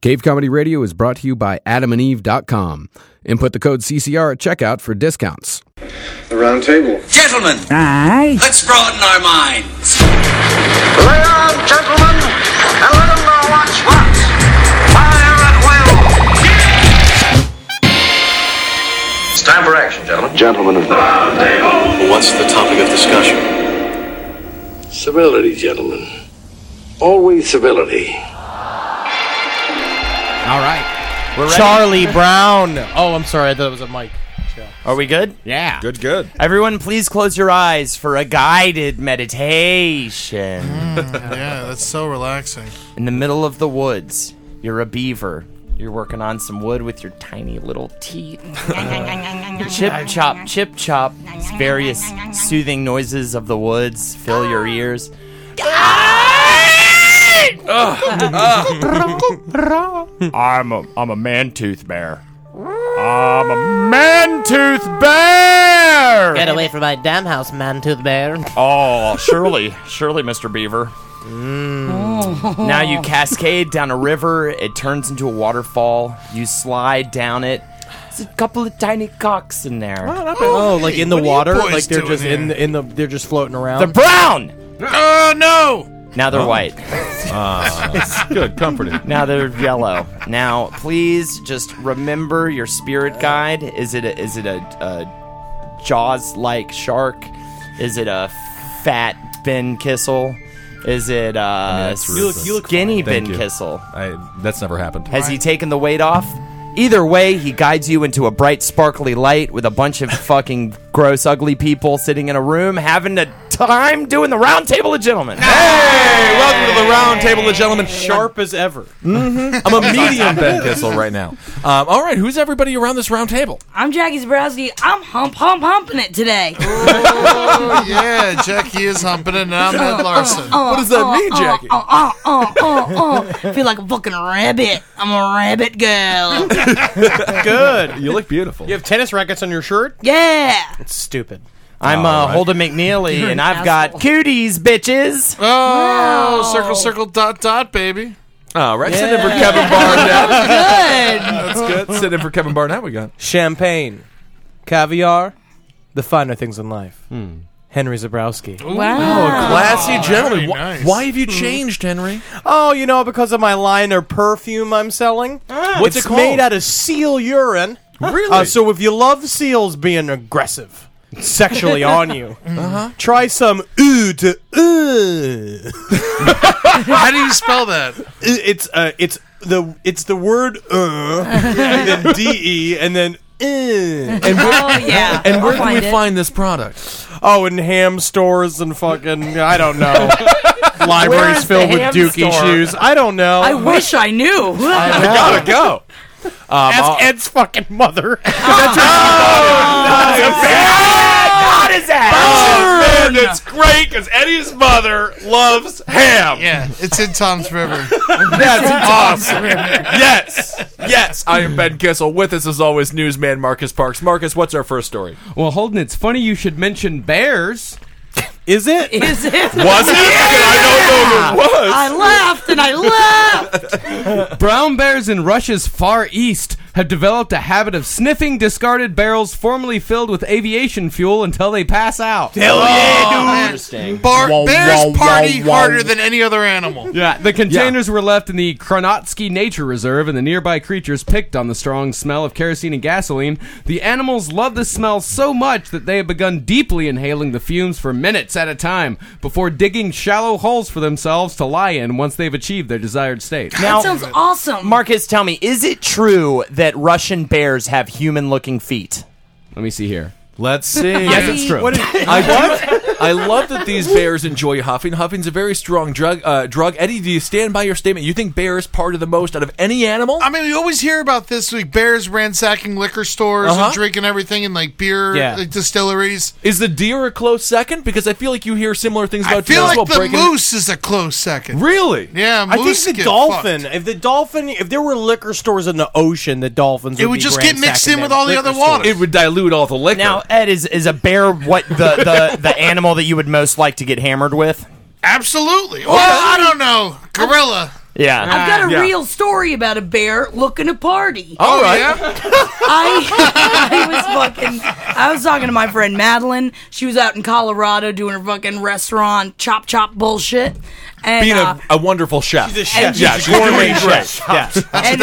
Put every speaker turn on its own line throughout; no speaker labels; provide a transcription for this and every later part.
Cave Comedy Radio is brought to you by adamandeve.com. Input the code CCR at checkout for discounts.
The round table.
Gentlemen, let's broaden our minds.
Lay on, gentlemen, and let 'em know what's what. Fire at will. It's time for action, gentlemen.
Gentlemen of the
What's the topic of discussion?
Civility, gentlemen. Always civility.
All right. We're ready.
Charlie Brown. Oh, I'm sorry. I thought it was a mic.
Are we good?
Yeah.
Good, good.
Everyone, please close your eyes for a guided meditation.
Yeah, that's so relaxing.
In the middle of the woods, you're a beaver. You're working on some wood with your tiny little teeth. chip chop, chip chop. Various soothing noises of the woods fill your ears. Ah! I'm a I'm a man tooth bear. I'm a man tooth bear.
Get away from my damn house, man tooth bear.
Oh, surely, surely, Mr. Beaver. Now you cascade down a river, it turns into a waterfall, you slide down it. There's a couple of tiny cocks in there.
Oh, like in the water,
boys
like they're
doing
just in
here?
the, in the they're just floating around.
They're brown!
Oh no!
Now they're white.
Good, comforting.
Now they're yellow. Now, please just remember your spirit guide. Is it a, is it a, a Jaws like shark? Is it a fat Ben Kissel? Is it uh,
that's rude, but- You look-
skinny
Thank
Ben
you.
Kissel?
I, that's never happened.
Has he taken the weight off? Either way, he guides you into a bright, sparkly light with a bunch of fucking gross, ugly people sitting in a room having a time doing the round table of gentlemen.
Hey, welcome to the round table of gentlemen.
sharp as ever. Mm-hmm.
I'm a medium Ben Kissel right now. Um, all right, who's everybody around this round table?
I'm Jackie Zabrowski. I'm hump hump humping it today.
Oh yeah, Jackie is humping it, and I'm Ed Larson.
what does that mean, Jackie? Uh, uh, uh, uh, uh. Feel like a fucking rabbit. I'm a rabbit girl.
Good.
You look beautiful.
You have tennis rackets on your shirt?
Yeah.
Stupid.
I'm uh, Holden McNeely, and I've got cooties, bitches.
Oh, circle, circle, dot, dot, baby.
All right, sitting in for Kevin Barnett. That's good. Sitting in for Kevin Barnett. We got
Champagne, caviar, the finer things in life. Henry Zabrowski.
Oh,
Wow.
classy gentlemen.
very
Wh-
nice.
Why have you changed, Henry?
Oh, you know, because of my liner perfume I'm selling.
What's
it's
it called?
made out of seal urine.
Really?
Uh, so if you love seals being aggressive sexually on you, try some ooh to ooh.
How do you spell that?
It's uh, it's the it's the word uh, and then de and then uh.
and where,
Oh yeah.
and where
I'll
can we
it.
find this product?
oh, and ham stores and fucking I don't know. Libraries
Where's
filled
the
with
ham
dookie
store?
shoes. I don't know.
I wish I knew.
gotta go. Ask Ed's fucking mother.
Oh,
Hot as ass.
and it's great because Eddie's mother loves ham.
Yeah, it's in Tom's River.
That's awesome. yes. Yes. I am Ben Kissel. With us, as always, newsman Marcus Parks. Marcus, what's our first story?
Well, Holden, it's funny you should mention bears.
Is it?
Is it?
Was it? I don't know if it was.
I laughed and I laughed.
Brown bears in Russia's Far East have developed a habit of sniffing discarded barrels formerly filled with aviation fuel until they pass out.
Bar- bears party harder than any other animal.
Yeah, the containers were left in the Kronotsky Nature Reserve, and the nearby creatures picked on the strong smell of kerosene and gasoline. The animals love the smell so much that they have begun deeply inhaling the fumes for minutes at a time before digging shallow holes for themselves to lie in once they've achieved their desired state.
that sounds awesome.
Marcus, tell me, is it true that Russian bears have human-looking feet? Let me see here.
Let's see.
it's true.
What is-
I do, I love that these bears enjoy huffing. Huffing's a very strong drug. Uh, drug. Eddie, do you stand by your statement? You think bears party the most out of any animal?
I mean, we always hear about this week bears ransacking liquor stores
Uh-huh.
and drinking everything in like beer
Yeah.
like, distilleries.
Is the deer a close second? Because I feel like you hear similar things about
I feel
deer
like
as well.
the
breaking-
moose is a close second.
Really?
Yeah,
I
moose
think the
get
dolphin.
fucked.
If the dolphin, if there were liquor stores in the ocean, the dolphins.
It would
be
just get mixed
ransacking
in with
them
all the
liquor
other water.
stores.
It would dilute all the liquor.
Now, Ed, is, is a bear what the, the, the animal that you would most like to get hammered with?
Absolutely. Well, I don't know. Gorilla.
Yeah.
I've got
Ah,
a
Yeah.
real story about a bear looking to party.
Oh,
All right.
I, I was fucking. I was talking to my friend Madeline. She was out in Colorado doing her fucking restaurant chop chop bullshit. And,
Being
uh,
a, a wonderful chef.
She's a chef.
Yeah,
She's
she's
a
doing
gourmet
great.
chef.
Yeah.
And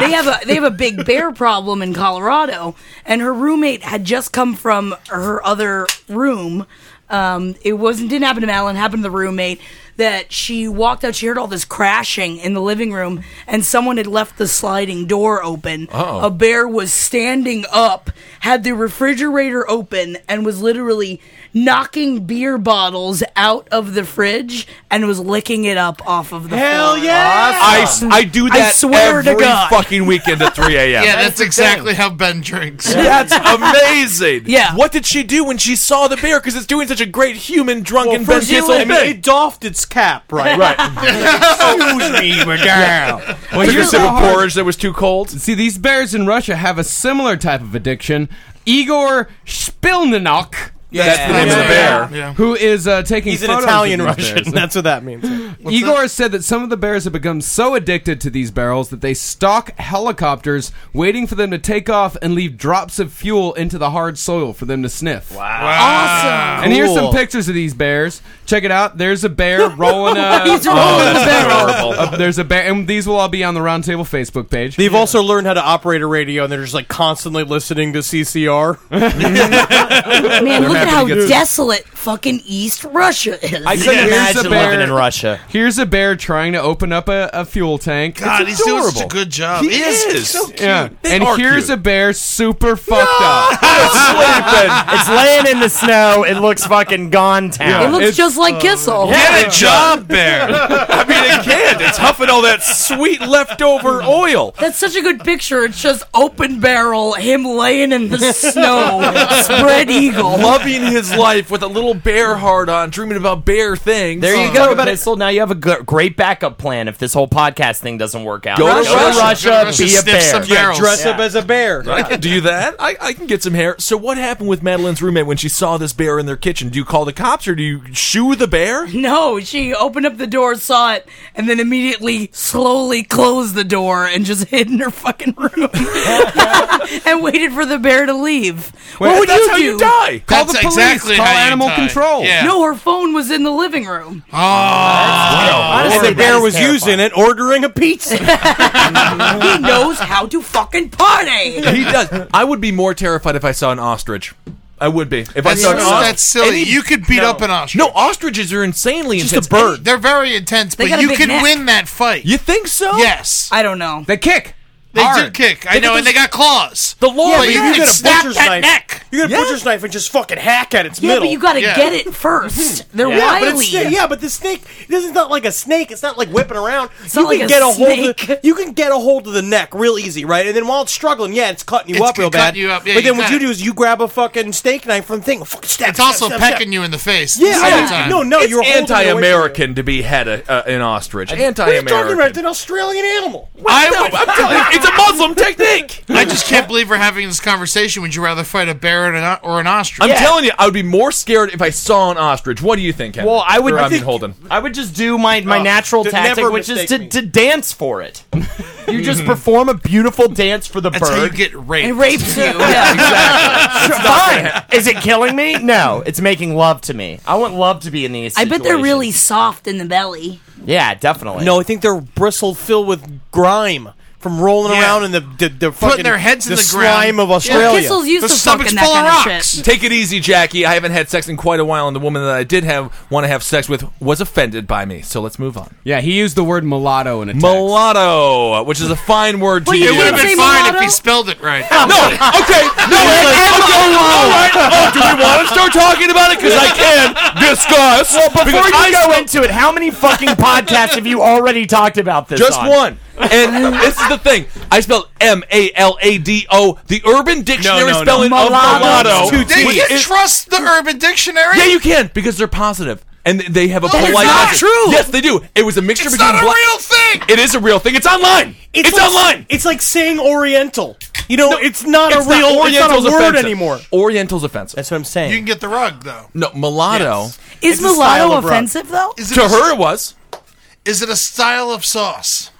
They have a they have a big bear problem in Colorado, and her roommate had just come from her other room. Um, it wasn't didn't happen to Madeline, happened to the roommate. That she walked out, she heard all this crashing in the living room, and someone had left the sliding door open.
Uh-oh.
A bear was standing up, had the refrigerator open, and was literally knocking beer bottles out of the fridge and was licking it up off of the
Hell
floor.
I, s- I do that
I swear to
every
God.
fucking weekend at 3 a.m.
Yeah, that's exactly how Ben drinks.
That's amazing.
Yeah.
What did she do when she saw the bear? Because it's doing such a great human drunken
Well,
Ben
first it,
Kissel
I mean,
thing.
it doffed its cap, right?
Right.
Excuse me, madame.
Well,
Took a
here's
sip
how
of
hard-
porridge that was too cold.
See, these bears in Russia have a similar type of addiction. Igor Spilninok.
Yeah. That's the name of the bear.
Yeah.
Who is uh, taking
He's an
photos of
Italian
these
Russian.
bears.
That's what that means.
Igor said that some of the bears have become so addicted to these barrels that they stalk helicopters, waiting for them to take off and leave drops of fuel into the hard soil for them to sniff. Wow.
Ah.
Awesome.
And here's some
Cool.
pictures of these bears. Check it out. There's a bear rolling a.
He's rolling Oh,
that's
a barrel.
adorable.
Uh, there's a bear, and these will all be on the Roundtable Facebook page.
They've also learned how to operate a radio, and they're just like constantly listening to CCR.
Man,
They're
look at
happy
how
to get-
desolate fucking East Russia is.
I couldn't imagine living in Russia.
Here's a bear trying to open up a, a fuel tank.
God,
It's
he's doing such a
adorable.
good job. He He is. is. So cute.
Yeah.
They
and
are
here's
cute.
a bear super fucked up.
it's laying in the snow. It looks fucking gone town.
It looks just like Kissel.
Get
a job, bear. I mean, it can't. It's huffing all that sweet leftover oil.
That's such a good picture. It's just open barrel, him laying in the snow, spread eagle.
Loving his life with a little bear heart on, dreaming about bear things.
There you go, Pistol. Now you have a g- great backup plan if this whole podcast thing doesn't work out.
Go to
Russia,
Russia. Go to Russia,
be a
sniff
bear.
some Yeah, barrels. dress up
as a bear.
I can do that. I, I can get some hair. So what happened with Madeline's roommate when she saw this bear in their kitchen? Do you call the cops or do you shoo the bear?
No, she opened up the door, saw it, and then immediately slowly closed the door and just hid in her fucking room and waited for the bear to leave.
Wait,
what would
that's
you
how
do?
you die. Call That's the police. exactly Call how you animal die. control. Yeah.
No, her phone was in the living room.
Oh, honestly,
the bear was using it, ordering a pizza.
he knows how to fucking party.
He does. I would be more terrified if I saw an ostrich. I would be. If I
That's,
saw an ostrich.
that's silly.
Any-
you could beat up an ostrich.
No, ostriches are insanely
Just a
intense.
bird. They're very intense,
They got
but
a
you
big
could
neck.
win that fight.
You think so?
Yes.
I don't know.
They kick.
They do
Hard.
kick. I know, and they got claws.
The law.
but you could snap that neck.
You get a butcher's knife and just fucking hack at its
Yeah,
middle.
but you gotta
Yeah.
get it first. They're
yeah, but
wily.
it's, yeah, but the snake this is not like a snake. It's not like whipping around. you
not
can
like a
get a hold.
snake.
Of, you can get a hold of the neck real easy, right? And then while it's struggling, yeah, it's cutting you
It's
up real
cutting
bad.
you up. Yeah,
but
you
then what
got
you
it.
do is you grab a fucking steak knife from the thing. Fucking stab,
It's
stab,
also
stab,
pecking
stab.
you in the face. at the
Yeah,
same
I-
time.
no, no, you're
It's
holding it away from you.
anti-American to be had a, uh, an ostrich.
What are you talking
Anti-American.
about? It's an Australian animal.
I, am telling you, it's a Muslim technique.
I just can't believe we're having this conversation. Would you rather fight a bear and an o- or an ostrich?
I'm telling you, I would be more scared if I saw an ostrich. What do you think, Henry?
Well, I would-
Or,
I
I mean,
think-
Holden.
I would just do my, my
Oh,
natural
d-
tactic,
never
which is
mistake
to, to
me.
dance for it. you just perform a beautiful dance for the
That's how you
bird.
get raped.
It rapes you. Yeah.
Sure, Fine. Is it killing me? No, it's making love to me. I want love to be in these.
I bet they're
situations.
really soft in the belly.
Yeah, definitely.
No, I think their bristle filled with grime from rolling
Yeah.
around in the the, the fucking
their heads in the
slime
ground.
of
Yeah.
Well,
Australia.
Kissel's used
Their
to
stomach's
fucking that
full of
kind of
rocks.
shit.
Take it easy, Jackie. I haven't had sex in quite a while, and the woman that I did have want to have sex with was offended by me. So let's move on.
Yeah, he used the word mulatto in a text.
Mulatto, which is a fine word to
Well, you
It
use.
would have
Say
been fine
mulatto?
if he spelled it right.
No, okay, no, it's like, okay, all right. Oh, do we want to start talking about it? Because I can discuss. Well,
Before you go into it, how many fucking podcasts have you already talked about this?
Just
on?
one. And this is the thing. I spelled M A L A D O, the Urban Dictionary
no, no.
spelling of
Mulatto.
mulatto.
It's two
They
T's.
which
can
is-
trust the Urban Dictionary.
Yeah, you can because they're positive and th- they have a
No, it's
polite.
not
message.
true.
Yes, they do. It was a mixture
it's
between.
not a
bla-
real thing.
It is a real thing. It's online. It's,
like,
online.
It's like saying Oriental. You know, it's not
It's
a real it's not a
Oriental's
word
offensive.
anymore.
Oriental's offensive.
That's what I'm saying.
You can get the rug though.
No, mulatto.
Is
It's a style
mulatto
of rock.
offensive though?
Is
To her, it was.
Is it a style of sauce?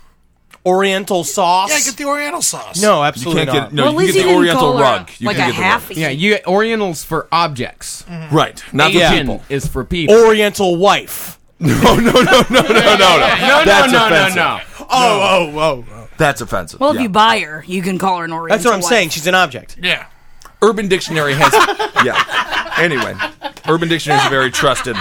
Oriental sauce?
Yeah, get the Oriental sauce.
No, absolutely
You can't
not.
get- no, Well, at you can least get he the didn't Oriental call her rug. You like can a get the rug. half
Yeah,
you get Orientals for objects.
Right. Not for
Asian
people.
is for people.
Oriental wife.
No, no, no, no, no, no,
no,
That's
no, no,
offensive.
no.
Oh, oh, oh.
That's offensive.
Well, if
Yeah.
you buy her, you can call her an oriental.
That's what I'm
wife.
saying.
She's an object.
Yeah.
Urban Dictionary has. yeah. Anyway, Urban Dictionary is a very trusted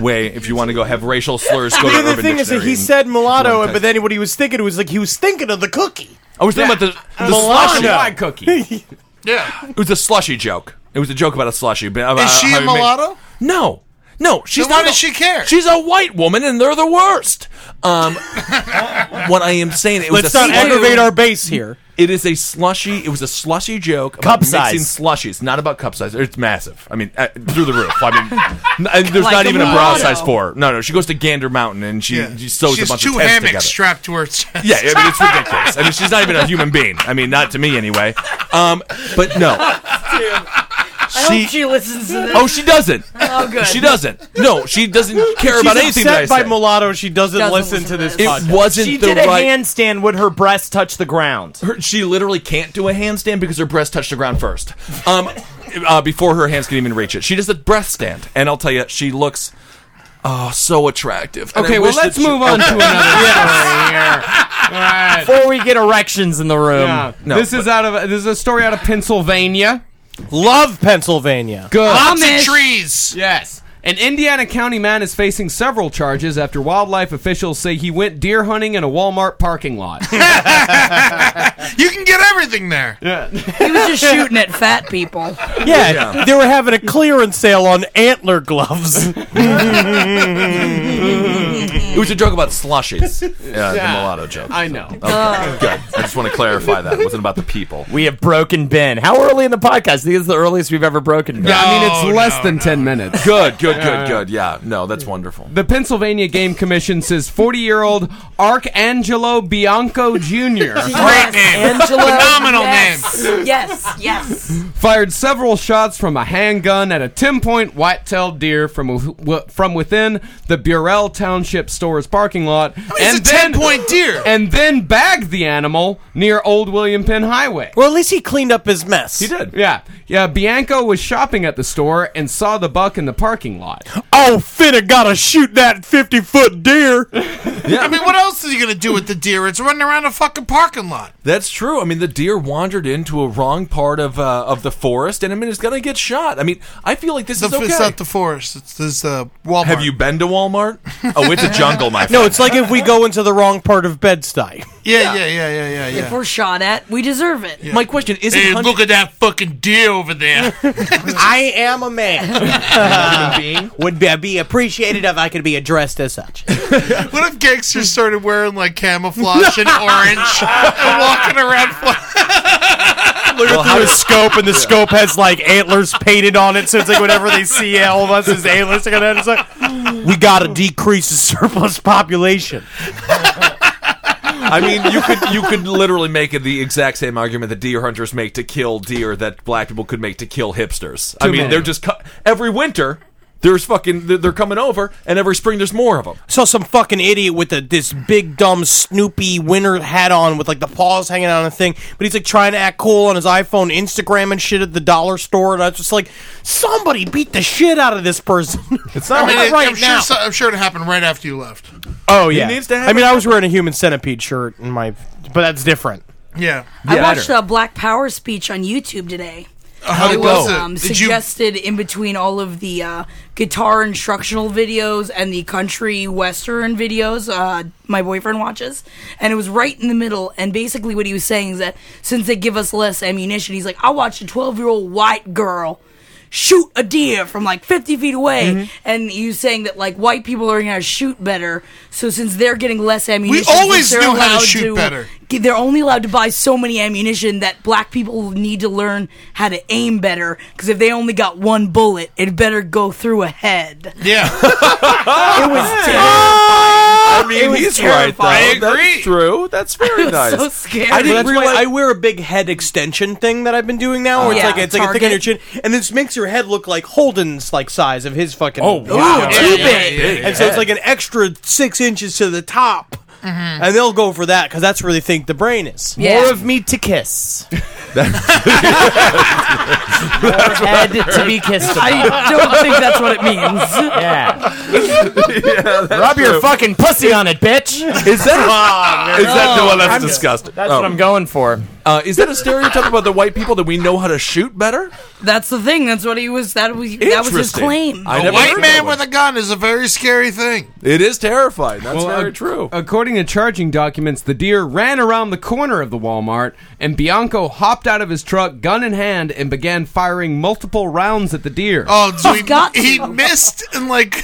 way if you want to go have racial slurs. Go to
the
Urban
thing is
Dictionary.
that he
and-
said mulatto,
and-
but then what he was thinking was like he was thinking of the cookie.
I was thinking about the, the slushy
mulatto.
cookie. yeah, it was a slushy joke. It was a joke about a slushy. but About
Is she
Uh, how
a
you make-
mulatto?
No, no, she's
Then why
not. a-
does she care?
She's a white woman, and they're the worst. Um, what I am saying, it was
Let's
a
not
slushy-
aggravate our base here.
It is a slushy. It was a slushy joke.
Cup
about mixing
size.
slushies, not about cup size. It's massive. I mean, uh, through the roof. I mean, n- and there's
Like
not
a
even a bra
mulatto.
size for. her. No, no. She goes to Gander Mountain and she, she sews
She's
a bunch
two
of tents
hammocks
together.
strapped to her chest.
Yeah, I mean it's ridiculous. I mean she's not even a human being. I mean not to me anyway. Um, but no,
I hope she listens to this.
oh she doesn't.
Oh, good.
She doesn't. No, she doesn't care
She's
about anything that I
upset by
say.
mulatto. She doesn't,
Doesn't
listen,
listen
to this.
It
podcast.
wasn't
She
the
did a
right-
handstand. Would her breasts touch the ground?
Her- she literally can't do a handstand because her breasts touch the ground first. Um, uh, before her hands can even reach it, she does a breaststand, and I'll tell you, she looks oh so attractive. And I
Okay, well
wish that
let's
she-
move on to
Okay.
another story here.
Before we get erections in the room,
No,
this is out of this is a story out of Pennsylvania.
Love Pennsylvania.
Good.
Lots of trees.
Yes. An Indiana County man is facing several charges after wildlife officials say he went deer hunting in a Walmart parking lot.
You can get everything there.
Yeah.
He was just shooting at fat people.
Yeah, they were having a clearance sale on antler gloves.
It was a joke about slushies. Yeah,
Yeah,
the mulatto joke.
I know.
Okay, good. I just want to clarify that. It wasn't about the people.
we have broken Ben. How early in the podcast? I think it's the earliest we've ever broken Ben.
Yeah, I mean
Oh,
it's less than ten minutes.
Good,
Yeah.
good, good, good. Yeah, no, that's wonderful.
The Pennsylvania Game Commission says 40 year old Archangelo Bianco Jr.
Yes, Angelo.
Phenomenal
yes. Yes, yes.
fired several shots from a handgun at a 10 point white tailed deer from, wi- from within the Burrell Township store's parking lot.
it's a 10-point deer.
And then bagged the animal near Old William Penn Highway.
well, at least he cleaned up his mess. He
did.
Yeah. Yeah. Bianco was shopping at the store and saw the buck in the parking lot.
Oh, finna gotta shoot that fifty foot deer.
I mean, what else is he gonna do with the deer? It's running around a fucking parking lot.
That's true. I mean, the deer wandered into a wrong part of uh, of the forest, and I mean, it's gonna get shot. I mean, I feel like this
The,
is okay.
It's not the forest. It's this uh, Walmart.
Have you been to Walmart? Oh, it's a jungle, my friend.
No, it's like if we go into the wrong part of Bed-Stuy.
Yeah, yeah, yeah, yeah, yeah, yeah.
If we're shot at, we deserve it.
My question is:
Hey,
it
look at that fucking deer over there.
I am a man. Uh, Would be, be appreciated if I could be addressed as such.
what if gangsters started wearing like camouflage and orange and walking around? fla-
Look at through his scope, and the scope has like antlers painted on it, so it's like whenever they see all of us as antlers, they're gonna- it's like, we gotta decrease the surplus population.
I mean, you could you could literally make it the exact same argument that deer hunters make to kill deer that black people could make to kill hipsters. I
Too
mean,
many.
they're just cu- every winter there's fucking they're- they're coming over, and every spring there's more of them.
saw some fucking idiot with a, this big dumb Snoopy winter hat on with like the paws hanging out on a thing, but he's like trying to act cool on his iPhone, Instagram, and shit at the dollar store, and I was just like, somebody beat the shit out of this person. It's
I mean, it-
right
I'm
now.
sure. so- I'm sure it happened right after you left.
oh yeah,
needs to
I mean, I was wearing a human centipede shirt in my, but that's different.
Yeah.
I watched a Black Power speech on YouTube today.
How
it
did
was
Uh, it go?
um,
Did you-
suggested in between all of the uh, guitar instructional videos and the country western videos uh, my boyfriend watches, and it was right in the middle. And basically, what he was saying is that since they give us less ammunition, he's like, I watched a twelve-year-old white girl shoot a deer from like 50 feet away
Mm-hmm.
and he was saying that like white people are gonna shoot better so since they're getting less ammunition since
always
they're
knew how to
allowed
shoot better.
g- they're only allowed to buy so many ammunition that black people need to learn how to aim better because if they only got one bullet it better go through a head
Yeah.
it was terrible.
Ah! I mean,
It was
he's right.
terrifying.
Though.
I agree.
That's true. That's very
It was
nice.
so
scary.
I didn't
That's why
realize I wear a big head extension thing that I've been doing now. Where it's
Yeah,
like it's like a thing on your
target.
chin, and this makes your head look like Holden's like size of his fucking.
Oh, wow.
Ooh,
Yeah,
too
yeah, yeah,
big.
yeah, yeah,
And so it's
yeah.
like an extra six inches to the top, and they'll go for that because that's where they think the brain is.
More of me to kiss.
More
head to be kissed.
I don't think that's what it means.
Yeah.
that's
Rub your
true.
fucking pussy on it, bitch.
Is that is that no? Well, that's
I'm-
disgusting.
That's
Oh.
what I'm going for.
Uh, is that a stereotype about the white people that we know how to shoot better?
That's the thing. That's what he was. That was that was his
Interesting.
claim.
I
A
never
white
heard
man
that one.
with a gun is a very scary thing.
It is terrifying. That's
Well, uh,
very
ac-
true.
According to charging documents, the deer ran around the corner of the Walmart, and Bianco hopped out of his truck, gun in hand, and began firing multiple rounds at the deer.
Oh, so he, he missed and like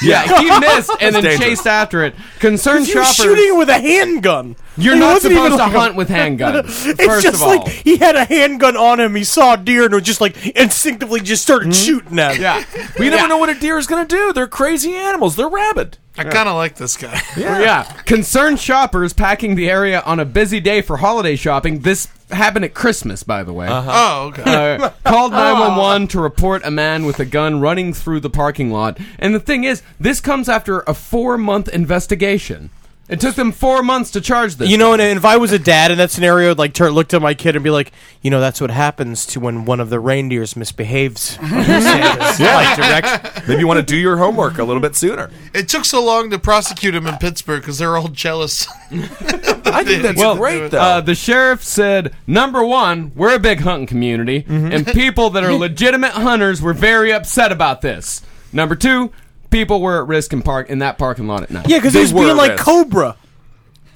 yeah, he missed and then
It's dangerous.
chased after it. Concerned
He was
shoppers.
shooting with a handgun.
You're
He
not
wasn't even
supposed to
like
hunt with handguns,
it's
first
just
of all.
like he had a handgun on him. He saw a deer and was just like instinctively just started shooting at him.
Yeah,
We never know what a deer is going to do. They're crazy animals. They're rabid.
I kind of like this guy.
Yeah. Concerned shoppers packing the area on a busy day for holiday shopping. This happened at Christmas, by the way.
Uh-huh.
Oh, okay.
Uh,
Ah.
called 911 to report a man with a gun running through the parking lot. And the thing is, this comes after a four month investigation. It took them four months to charge this.
You know, and, and if I was a dad in that scenario, I'd like turn, look to my kid and be like, you know, that's what happens to when one of the reindeers misbehaves.
Yeah. Maybe you want to do your homework a little bit sooner.
It took so long to prosecute him in Pittsburgh because they're all jealous.
I think that's
well,
Oh, great, though.
Uh, the sheriff said, number one, we're a big hunting community,
Mm-hmm.
and people that are legitimate hunters were very upset about this. Number two, people were at risk in park in that parking lot at night.
yeah, because
They
he was
were
being like
at risk.
Cobra,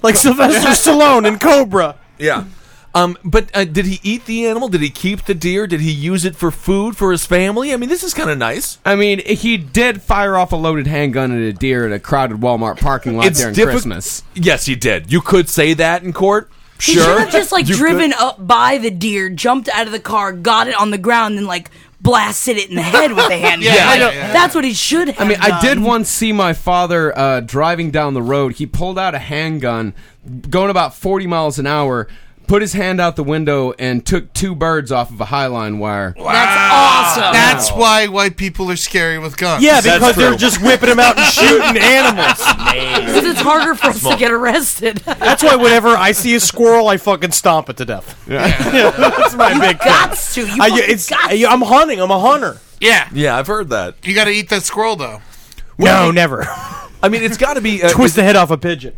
like Sylvester Stallone in Cobra.
yeah. Um, but uh, did he eat the animal? Did he keep the deer? Did he use it for food for his family? I mean, this is kind of nice.
I mean, he did fire off a loaded handgun at a deer at a crowded Walmart parking lot during
diffi-
Christmas.
Yes, he did. You could say that in court.
He
Sure.
should have just like
You
driven
could.
up by the deer, jumped out of the car, got it on the ground, and like blasted it in the head with a handgun.
Yeah,
I don't-
yeah, yeah.
That's what he should have.
I mean, I did
done.
once see my father uh, driving down the road. He pulled out a handgun, going about 40 miles an hour, put his hand out the window, and took two birds off of a highline wire.
That's awesome.
That's why white people are scary with guns.
Yeah, because they're just whipping him out and shooting animals.
because it's harder for us to get arrested.
That's why whenever I see a squirrel, I fucking stomp it to death. Yeah, that's my big. thing.
Gots to you.
I,
fucking
it's,
gots
I, I'm hunting. I'm a hunter.
yeah.
Yeah, I've heard that.
You got to eat that squirrel though.
no, never.
I mean, it's got to be uh,
Twist the head off a pigeon.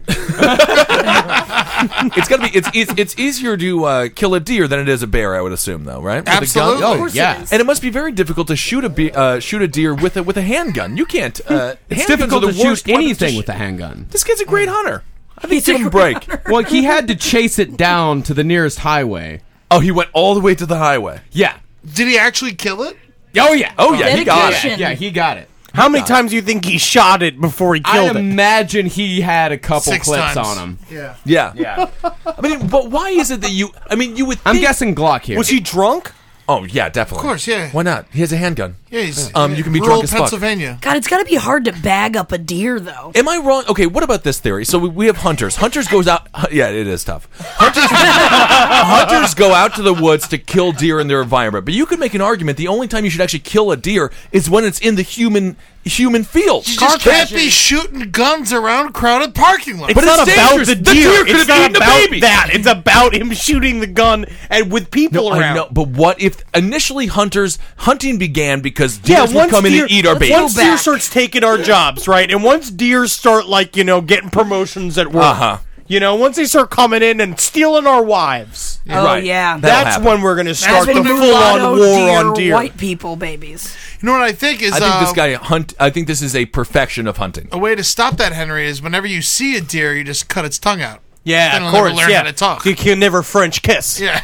It's got to be. It's, it's it's easier to uh, kill a deer than it is a bear. I would assume, though, right? With a gun?
Absolutely.
Oh,
Of
course it
yeah.
is.
and it must be very difficult to shoot a be- uh, shoot a deer with a with a handgun. You can't. Uh,
It's
handguns
difficult
are
to
the
shoot
worst weapons
anything
sh-
with a handgun.
This kid's a great hunter. I think
He's a
give him a
great
break.
Well, he had to chase it down to the nearest highway.
Oh, he went all the way to the highway.
Yeah.
Did he actually kill it?
Oh yeah.
Oh yeah, he got it.
Dedication.
Yeah, he got it.
How many times do you think he shot it before he
I
killed it?
imagine he had a couple
Six
clips
times.
on him.
Yeah.
Yeah, yeah. I mean, but why is it that you? I mean, you would. Think,
I'm guessing Glock here.
Was he drunk?
Oh yeah, definitely.
Of course, yeah.
Why not? He has a handgun.
Yeah. He's,
Um, you can be
rural
drunk as fuck.
Pennsylvania.
God, it's got to be hard to bag up a deer, though.
Am I wrong? Okay, what about this theory? So we, we have hunters. Hunters goes out. hu- Yeah, it is tough. Hunters, hunters go out to the woods to kill deer in their environment. But you could make an argument. The only time you should actually kill a deer is when it's in the human human field.
You just can't be shooting guns around crowded parking lots.
But it's,
it's
not about
dangerous.
the
The
deer.
deer could
it's
have
not
eaten the
about
baby.
that. It's about him shooting the gun and with people
I
around.
know, but what if initially hunters hunting began because
Yeah,
deer would
once
come in
deer,
and eat our
once
babies?
deer starts taking our jobs, right? And once deer start like you know getting promotions at work,
Uh-huh.
you know, once they start coming in and stealing our wives,
Oh
Right.
yeah.
That- That'll
that's
happen.
when we're gonna
That's
start the
been
full
mulatto
on war on deer.
White people, babies.
you know what I think is
I think
uh,
this guy hunt. I think this is a perfection of hunting.
a way to stop that, Henry, is whenever you see a deer, you just cut its tongue out.
Yeah,
Then
of
it'll never
course.
learn
yeah,
how to talk.
you can never French kiss.
Yeah.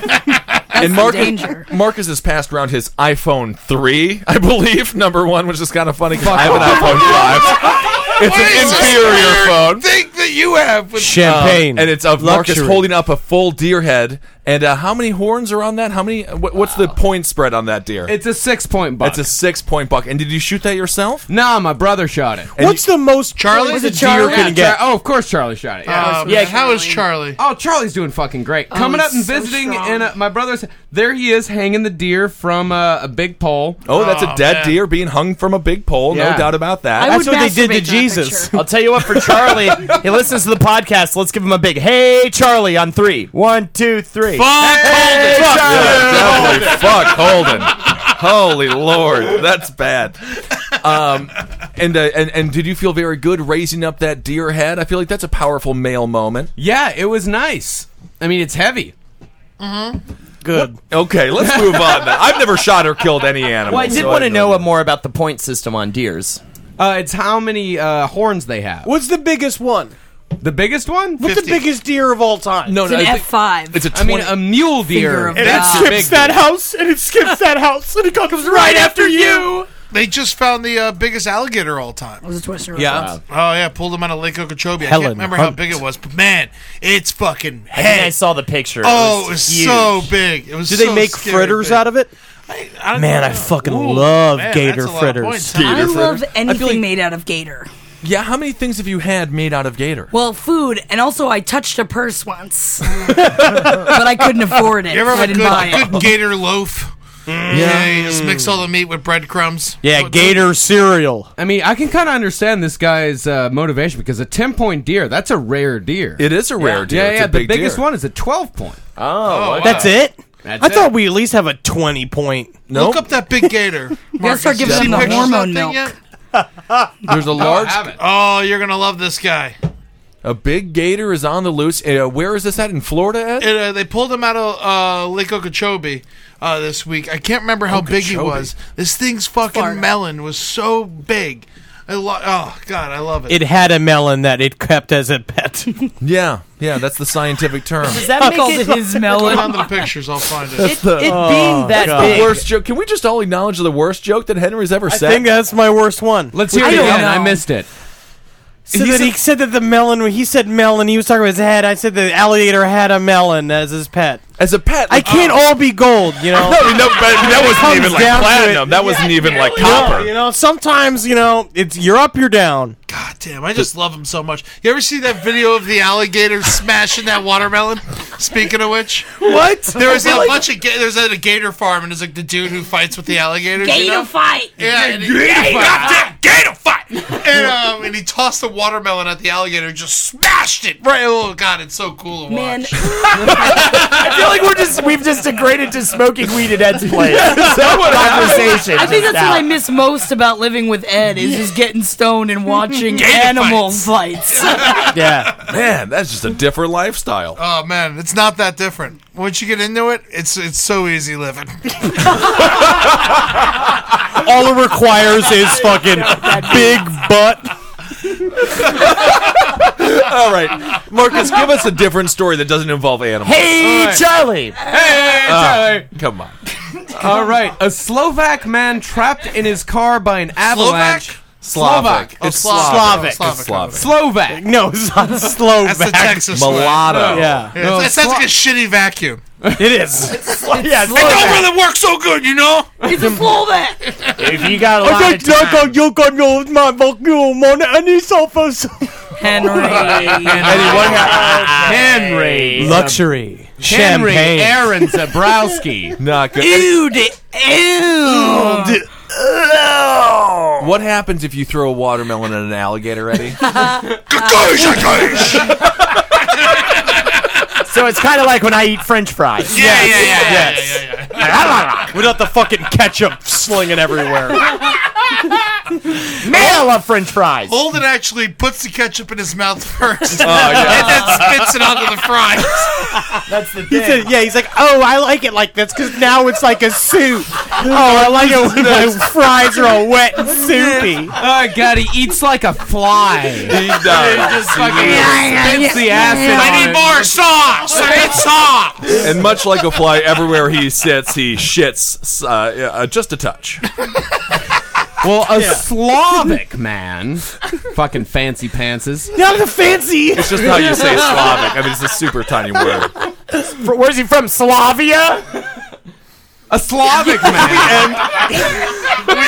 That's
and
the
Marcus,
danger.
Marcus has passed around his iPhone 3, I believe, number one, which is kind of funny because I have an iPhone 5. It's
What is
an
this
inferior
weird
phone.
Thing that you have with
Um,
Champagne
and it's of Marcus
Luxury.
holding up a full deer head And uh, how many horns are on that? How many? What, what's the point spread on that deer?
It's a six point buck.
It's a six point buck. And did you shoot that yourself?
No, my brother shot it.
What's the most
Charlie?
points
Was it
a deer
Charlie?
can
Yeah,
get?
Char- oh, of course, Charlie shot it. Yeah.
Uh, yeah, how is Charlie?
Oh, Charlie's doing fucking great. Coming up
he's
and
so
visiting,
strong.
and uh, my brother's there. He is hanging the deer from uh, a big pole.
Oh, that's a
Oh,
dead
man.
deer being hung from a big pole.
Yeah.
No doubt about that.
I
That's
would
what they did to
masturbate to that
Jesus.
picture.
I'll tell you what, for Charlie, he listens to the podcast. Let's give him a big "Hey, Charlie" on three. One, two, three. Hey, Charlie.
Holy fuck, Holden. Holy lord, that's bad. Um, and, uh, and and did you feel very good raising up that deer head? I feel like that's a powerful male moment.
Yeah, it was nice. I mean, it's heavy.
Good.
Okay, let's move on. Now. I've never shot or killed any animal.
Well, I did
so
want to
don't
know more about the point system on deers.
Uh, it's how many uh, horns they have.
What's the biggest one?
The biggest one?
What's the
50.
biggest deer of all time?
No,
It's
no,
an
I
F
think-
five.
It's a
I mean, a mule
Finger
deer.
of God.
the big one.
house, and it skips that house, and it comes right after you.
They just found the uh, biggest alligator all time.
It was a twister.
yeah.
Oh yeah, pulled him out of Lake Okeechobee. I
Helen
can't remember how
Hunt.
big it was, but man, it's fucking
I think I
head.
saw the picture.
oh,
was
it was
huge.
so big. It was.
Do they
so
make
scary
fritters
big.
out of it?
I don't
Man,
know.
I fucking
Ooh,
love
man,
gator
that's a lot of
fritters.
points.
I
Gator
love
fritters. I feel
anything
like-
made out of gator.
Yeah, how many things have you had made out of gator?
Well, food, and also I touched a purse once, but I couldn't afford it.
You ever
so I
have a
didn't buy it.
good, good gator loaf? Yeah, you just mix all the meat with breadcrumbs.
Yeah,
What-
gator cereal.
I mean, I can kind of understand this guy's uh, motivation because a 10 point deer, that's a rare deer.
it is a rare deer.
yeah,
It's
yeah.
a big
the biggest
deer.
one is a 12 point.
Oh,
That's it.
That's
I
it.
thought we at least have a twenty point.
Look
Nope.
up that big gator. Marcus.
start giving
You
them
see
the
pictures of
hormone
that thing
milk.
yet?
There's a large,
Oh, you're gonna love this guy.
a big gator is on the loose. Uh, where is this at in Florida? Ed?
It, uh, they pulled him out of uh, Lake Okeechobee uh, this week. I can't remember how big he was. This thing's fucking
Florida.
melon was so big. I lo- oh god, I love it.
It had a melon that it kept as a pet.
Yeah, yeah, that's the scientific term.
does that make
Called
it
his
Put
melon.
on to the pictures. I'll find it.
it being that
God.
big?
worst joke. Can we just all acknowledge the worst joke that Henry's ever
I
said?
think uh, that's my worst one.
Let's hear it
I don't
again. I
know.
missed it.
So that he said that the melon. When he said melon, he was talking about his head. I said the alligator had a melon as his pet.
As a pet,
I
like,
can't all be gold, you know.
No, I mean, no, but that wasn't even
comes
like
down to
platinum.
it.
That wasn't even like
You
copper.
know, sometimes you know it's you're up, you're down.
God damn, I just love him so much. You ever see that video of the alligator smashing that watermelon? Speaking of which,
What?
there was a bunch of ga- there's a gator farm, and it's like the dude who fights with the alligators. you know?
Gator fight.
Yeah, and he, gator fight. Gator fight. and um, and he tossed the watermelon at the alligator, and just smashed it. Right? Oh god, it's so cool to watch.
Man,
I feel like we're just we've just degraded to smoking weed at Ed's place. Conversation.
I think
just
that's what I
now.
miss most about living with Ed is just getting stoned and watching animal fights.
Yeah.
Man, that's just a different lifestyle.
Oh man, it's not that different. Once you get into it, it's it's so easy living.
All it requires is fucking big butt.
All right, Marcus, give us a different story that doesn't involve animals.
Hey, Charlie.
Come on.
Uh, All right. A Slovak man trapped in his car by an avalanche. Slovak.
Oh,
It's
Slav-
Slavic.
Slavic.
It's Slavic.
Slovak.
No, it's not slow
That's the Texas
Mulatto.
Yeah.
way. Yeah,
No,
that sounds
Slav-
like a shitty vacuum.
It is. yeah,
It don't really work so good, you know.
He's a Slovak.
If you got a lot of time,
Henry.
Henry.
Luxury.
Henry
Champagne.
Aaron Zabrowski.
Not good.
Dude, ew.
What happens if you throw a watermelon at an alligator, Eddie?
So it's kind of like when I eat French fries.
Yeah, yeah, yeah, yeah, yeah, yeah, yeah.
Without the fucking ketchup slinging everywhere.
Man, I love French fries.
Oh,
Holden actually puts the ketchup in his mouth first,
yeah.
and then spits it onto the fries.
That's the
He said, yeah, he's like, oh, I like it like this because now it's like a soup. Oh, I like it when my fries are all wet and soupy.
oh, God. He eats like a fly.
he does.
Spits the
I need
acid on it.
more sauce. I need sauce.
And much like a fly, everywhere he sits, he shits uh, uh, just a touch.
Well, a Slavic man. Fucking fancy pantses.
Not the fancy.
It's just how you say Slavic. I mean, it's a super tiny word.
Fr- Where's he from? Slavia?
A Slavic man.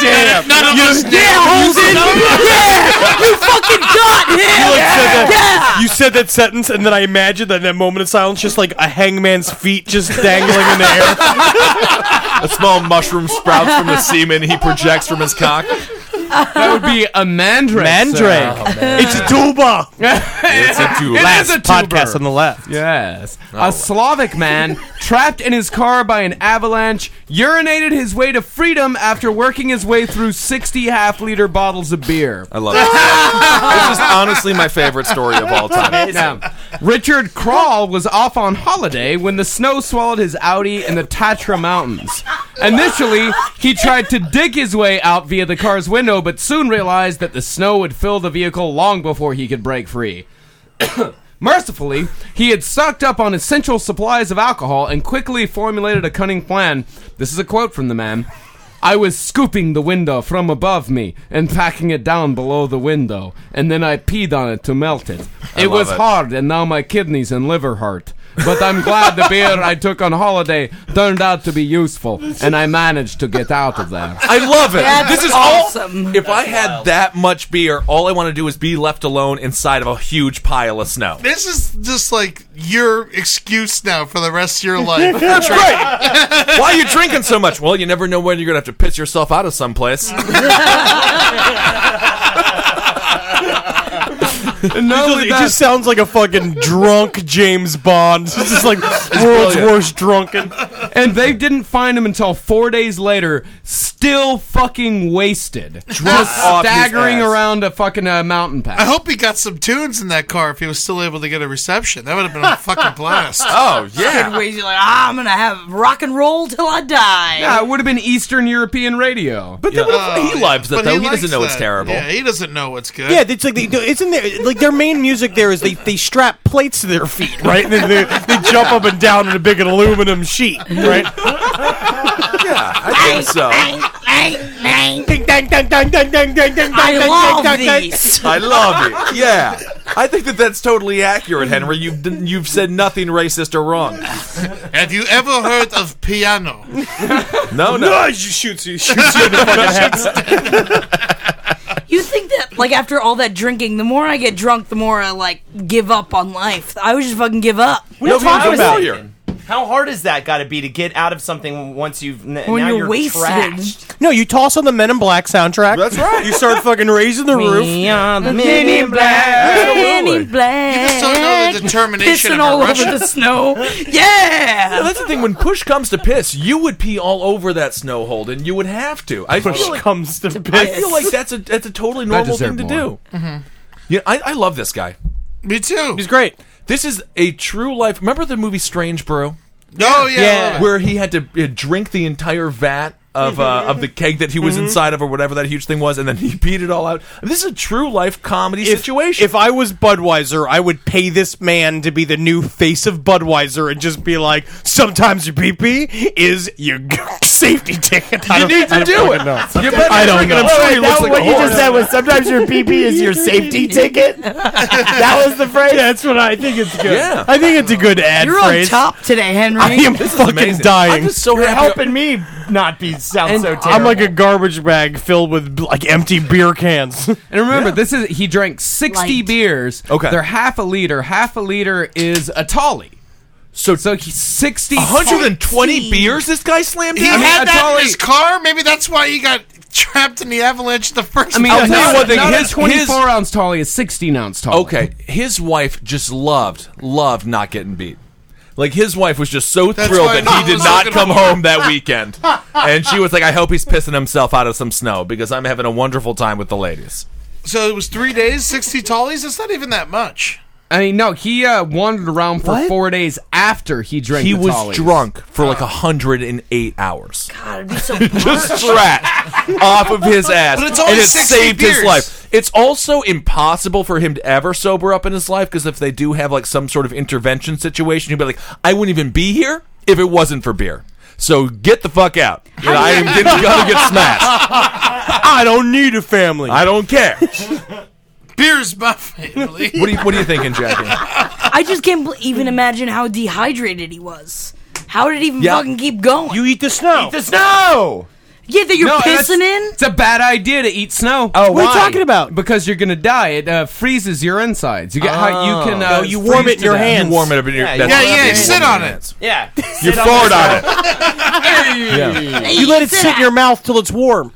Damn.
None of us
yeah, Holden. yeah, you fucking got him.
said that, you said that sentence, and then I imagined that in that moment of silence, just like a hangman's feet just dangling in the air.
A small mushroom sprouts from the semen he projects from his cock.
That would be a mandrake.
Mandrake.
sound.
it's a tuba.
It's a two.
It
Last
is a tuber.
podcast on the left.
Yes. a Slavic man trapped in his car by an avalanche urinated his way to freedom after working his way through 60 half liter bottles of beer.
I love it. this is honestly my favorite story of all time.
Now, Richard Crawl was off on holiday when the snow swallowed his Audi in the Tatra Mountains. Initially, he tried to dig his way out via the car's window, but soon realized that the snow would fill the vehicle long before he could break free. Mercifully, he had stocked up on essential supplies of alcohol and quickly formulated a cunning plan. This is a quote from the man. I was scooping the window from above me and packing it down below the window, and then I peed on it to melt it. it was
it.
hard, and now my kidneys and liver hurt. But I'm glad the beer I took on holiday turned out to be useful, and I managed to get out of there.
I love it.
That's
this is
awesome.
all. If I had that much beer, all I want to do is be left alone inside of a huge pile of snow.
This is just like your excuse now for the rest of your life.
That's right. Why are you drinking so much? Well, you never know when you're gonna have to piss yourself out of someplace.
Mm-hmm.
And not only
It
that-
just sounds like a fucking drunk James Bond. It's just like world's
brilliant.
worst drunken.
and they didn't find him until four days later, still fucking wasted, just
off his
staggering
ass.
around a fucking uh, mountain
I
pass.
hope he got some tunes in that car if he was still able to get a reception. That would have been a fucking blast.
Oh yeah.
Ways you're like, ah, I'm gonna have rock and roll till I die.
Yeah, it would have been Eastern European radio.
But then what
Oh,
if- he loves it
But
though. He, doesn't
likes
know it's
that.
terrible.
Yeah, he doesn't know what's good.
Yeah, it's like they, isn't there like their main music there is they, they strap plates to their feet, right? And then they, they jump up and down in a big aluminum sheet, right?
I think so.
Ding, dang, dang, dang, dang, dang, dang, dang,
I
dang,
love
dang, dang,
these.
I love it. Yeah. I think that that's totally accurate, Henry. You've you've said nothing racist or wrong.
Have you ever heard of piano?
No, no.
dang. She shoots you, shoots you in the fucking head.
You think that, like, after all that drinking, the more I get drunk, the more I, like, give up on life. I would just fucking give up.
no
talking about?
here.
How hard is that got to be to get out of something once you've n-
When
now
you're
you're
wasted.
trashed?
No, you toss on the Men in Black soundtrack. That's right. You start fucking raising the roof.
We are the men in black.
And in
You just don't know
black.
the determination
Pissing
of
all
a
over
Russian.
the snow. Yeah!
That's the thing. When push comes to piss, you would pee all over that snow hold, and you would have to. I feel like,
Comes to
I feel like that's a that's a totally normal
deserve
thing to
more.
do. Yeah, I, I love this guy.
Me too.
He's great.
This is a true life. Remember the movie Strange Brew,
Oh yeah.
Yeah.
I love it.
where he had to uh, drink the entire vat of uh, of the keg that he was inside of, or whatever that huge thing was, and then he peed it all out. I mean, this is a true life comedy situation.
If I was Budweiser, I would pay this man to be the new face of Budweiser and just be like, sometimes your pee is your safety ticket. I
you
don't-
need to
I
do
don't
it.
know.
You better
I don't
drink it.
know.
I'm sure he looks like
what
a
you
horse.
just said was sometimes your PP is your safety ticket. That was the phrase.
That's what I think it's good.
Yeah.
I think it's a good ad
You're on
phrase.
top today, Henry.
I am fucking
Amazing.
dying.
I'm just so
You're
happy.
helping me not be sound so terrible.
I'm like a garbage bag filled with like empty beer cans.
And remember, this is he drank sixty
Light.
beers.
Okay.
they're half a liter. Half a liter is a tolly. So so he's sixty.
120 beers this guy slammed
He
down?
had that
Atari-
in his car. Maybe that's why he got trapped in the avalanche the first
I mean,
time.
I'll tell
not-
you one
not
thing.
a-
His
his-
twenty-four ounce tolly is sixteen ounce tolly.
Okay, his wife just loved loved not getting beat. Like his wife was just so
That's
thrilled
why
that
Mom
he did
was
not
looking
come
over.
home that weekend, and she was like, "I hope he's pissing himself out of some snow because I'm having a wonderful time with the ladies."
so it was three days, sixty tallies. That's not even that much.
I mean, no, he uh, wandered around for four days after he drank.
He
the
was
tallies.
drunk for like 108 hours,
God, it'd be so boring.
just strat off of his ass,
But it's only
and it
60
saved his
beers.
life. It's also impossible for him to ever sober up in his life because if they do have like some sort of intervention situation, he'd be like, "I wouldn't even be here if it wasn't for beer." So get the fuck out. You know, I am getting, gonna get smashed.
I don't need a family.
I don't care.
Beer's my family.
What are you What are you thinking, Jackie?
I just can't bel- even imagine how dehydrated he was. How did it even
Yeah.
fucking keep going?
You eat the snow.
Eat the snow. Yeah, that you're
No, that's-
pissing in.
It's a bad idea to eat snow. Oh,
What are you why? talking
about? Because you're gonna die. It uh, freezes your insides. You get how you can. Uh,
No, you warm
freeze
it in
to
your
death.
hands.
warm it up in your- Yeah, that's- yeah, yeah, sit on it.
Yeah.
You
Sit
forward
the
on
side. You let it sit in your mouth till it's warm.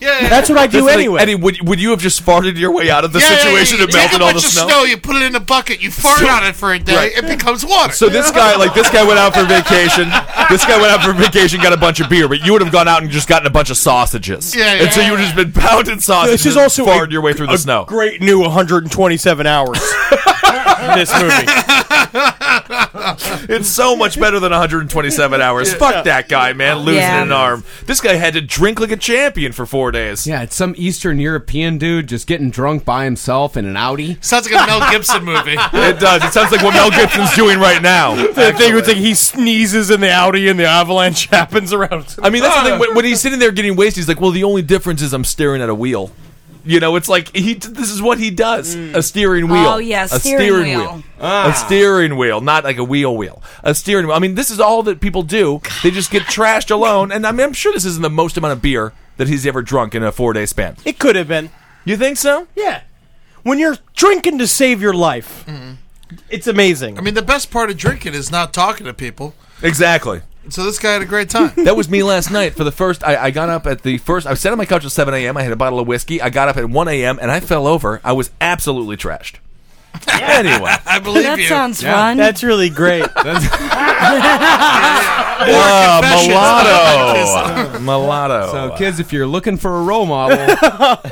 Yeah,
That's what I do
the thing.
anyway.
Eddie, would, would you have just farted your way out of the
Yeah, yeah, yeah,
situation
yeah.
and
Take
melted
a
all the
bunch of
snow?
You put it in a bucket. You fart on it for a day.
Right.
It becomes water.
So this guy, like this guy, went out for vacation. This guy went out for vacation, got a bunch of beer, but you would have gone out and just gotten a bunch of sausages.
Yeah, yeah,
and so you would have just been pounding sausages.
This is also
farted
a-
your way through the
a
snow.
Great new 127 hours. this movie.
It's so much better than 127 hours. Fuck that guy, man, losing
Yeah.
an arm. This guy had to drink like a champion for four days.
Yeah, it's some Eastern European dude just getting drunk by himself in an Audi.
Sounds like a Mel Gibson movie.
It does. It sounds like what Mel Gibson's doing right now.
The thing was like he sneezes in the Audi and the avalanche happens around.
I mean, that's the thing. When, when he's sitting there getting wasted, he's like, "Well, the only difference is I'm staring at a wheel." You know, it's like he. This is what he does: a steering wheel.
Oh, yeah,
a
steering wheel.
A steering wheel, not like a wheel wheel. A steering wheel. I mean, this is all that people do. They just get trashed alone. And I mean, I'm sure this isn't the most amount of beer that he's ever drunk in a four day span.
It could have been.
You think so?
Yeah. When you're drinking to save your life, it's amazing.
I mean, the best part of drinking is not talking to people.
Exactly.
So this guy had a great time.
That was me last night. For the first, I, I got up at the first. I sat on my couch at 7 a.m. I had a bottle of whiskey. I got up at 1 a.m. and I fell over. I was absolutely trashed. Anyway.
I believe
that
you.
sounds fun.
That's really great.
Uh,
confessions.
mulatto. mulatto.
So, kids, if you're looking for a role model,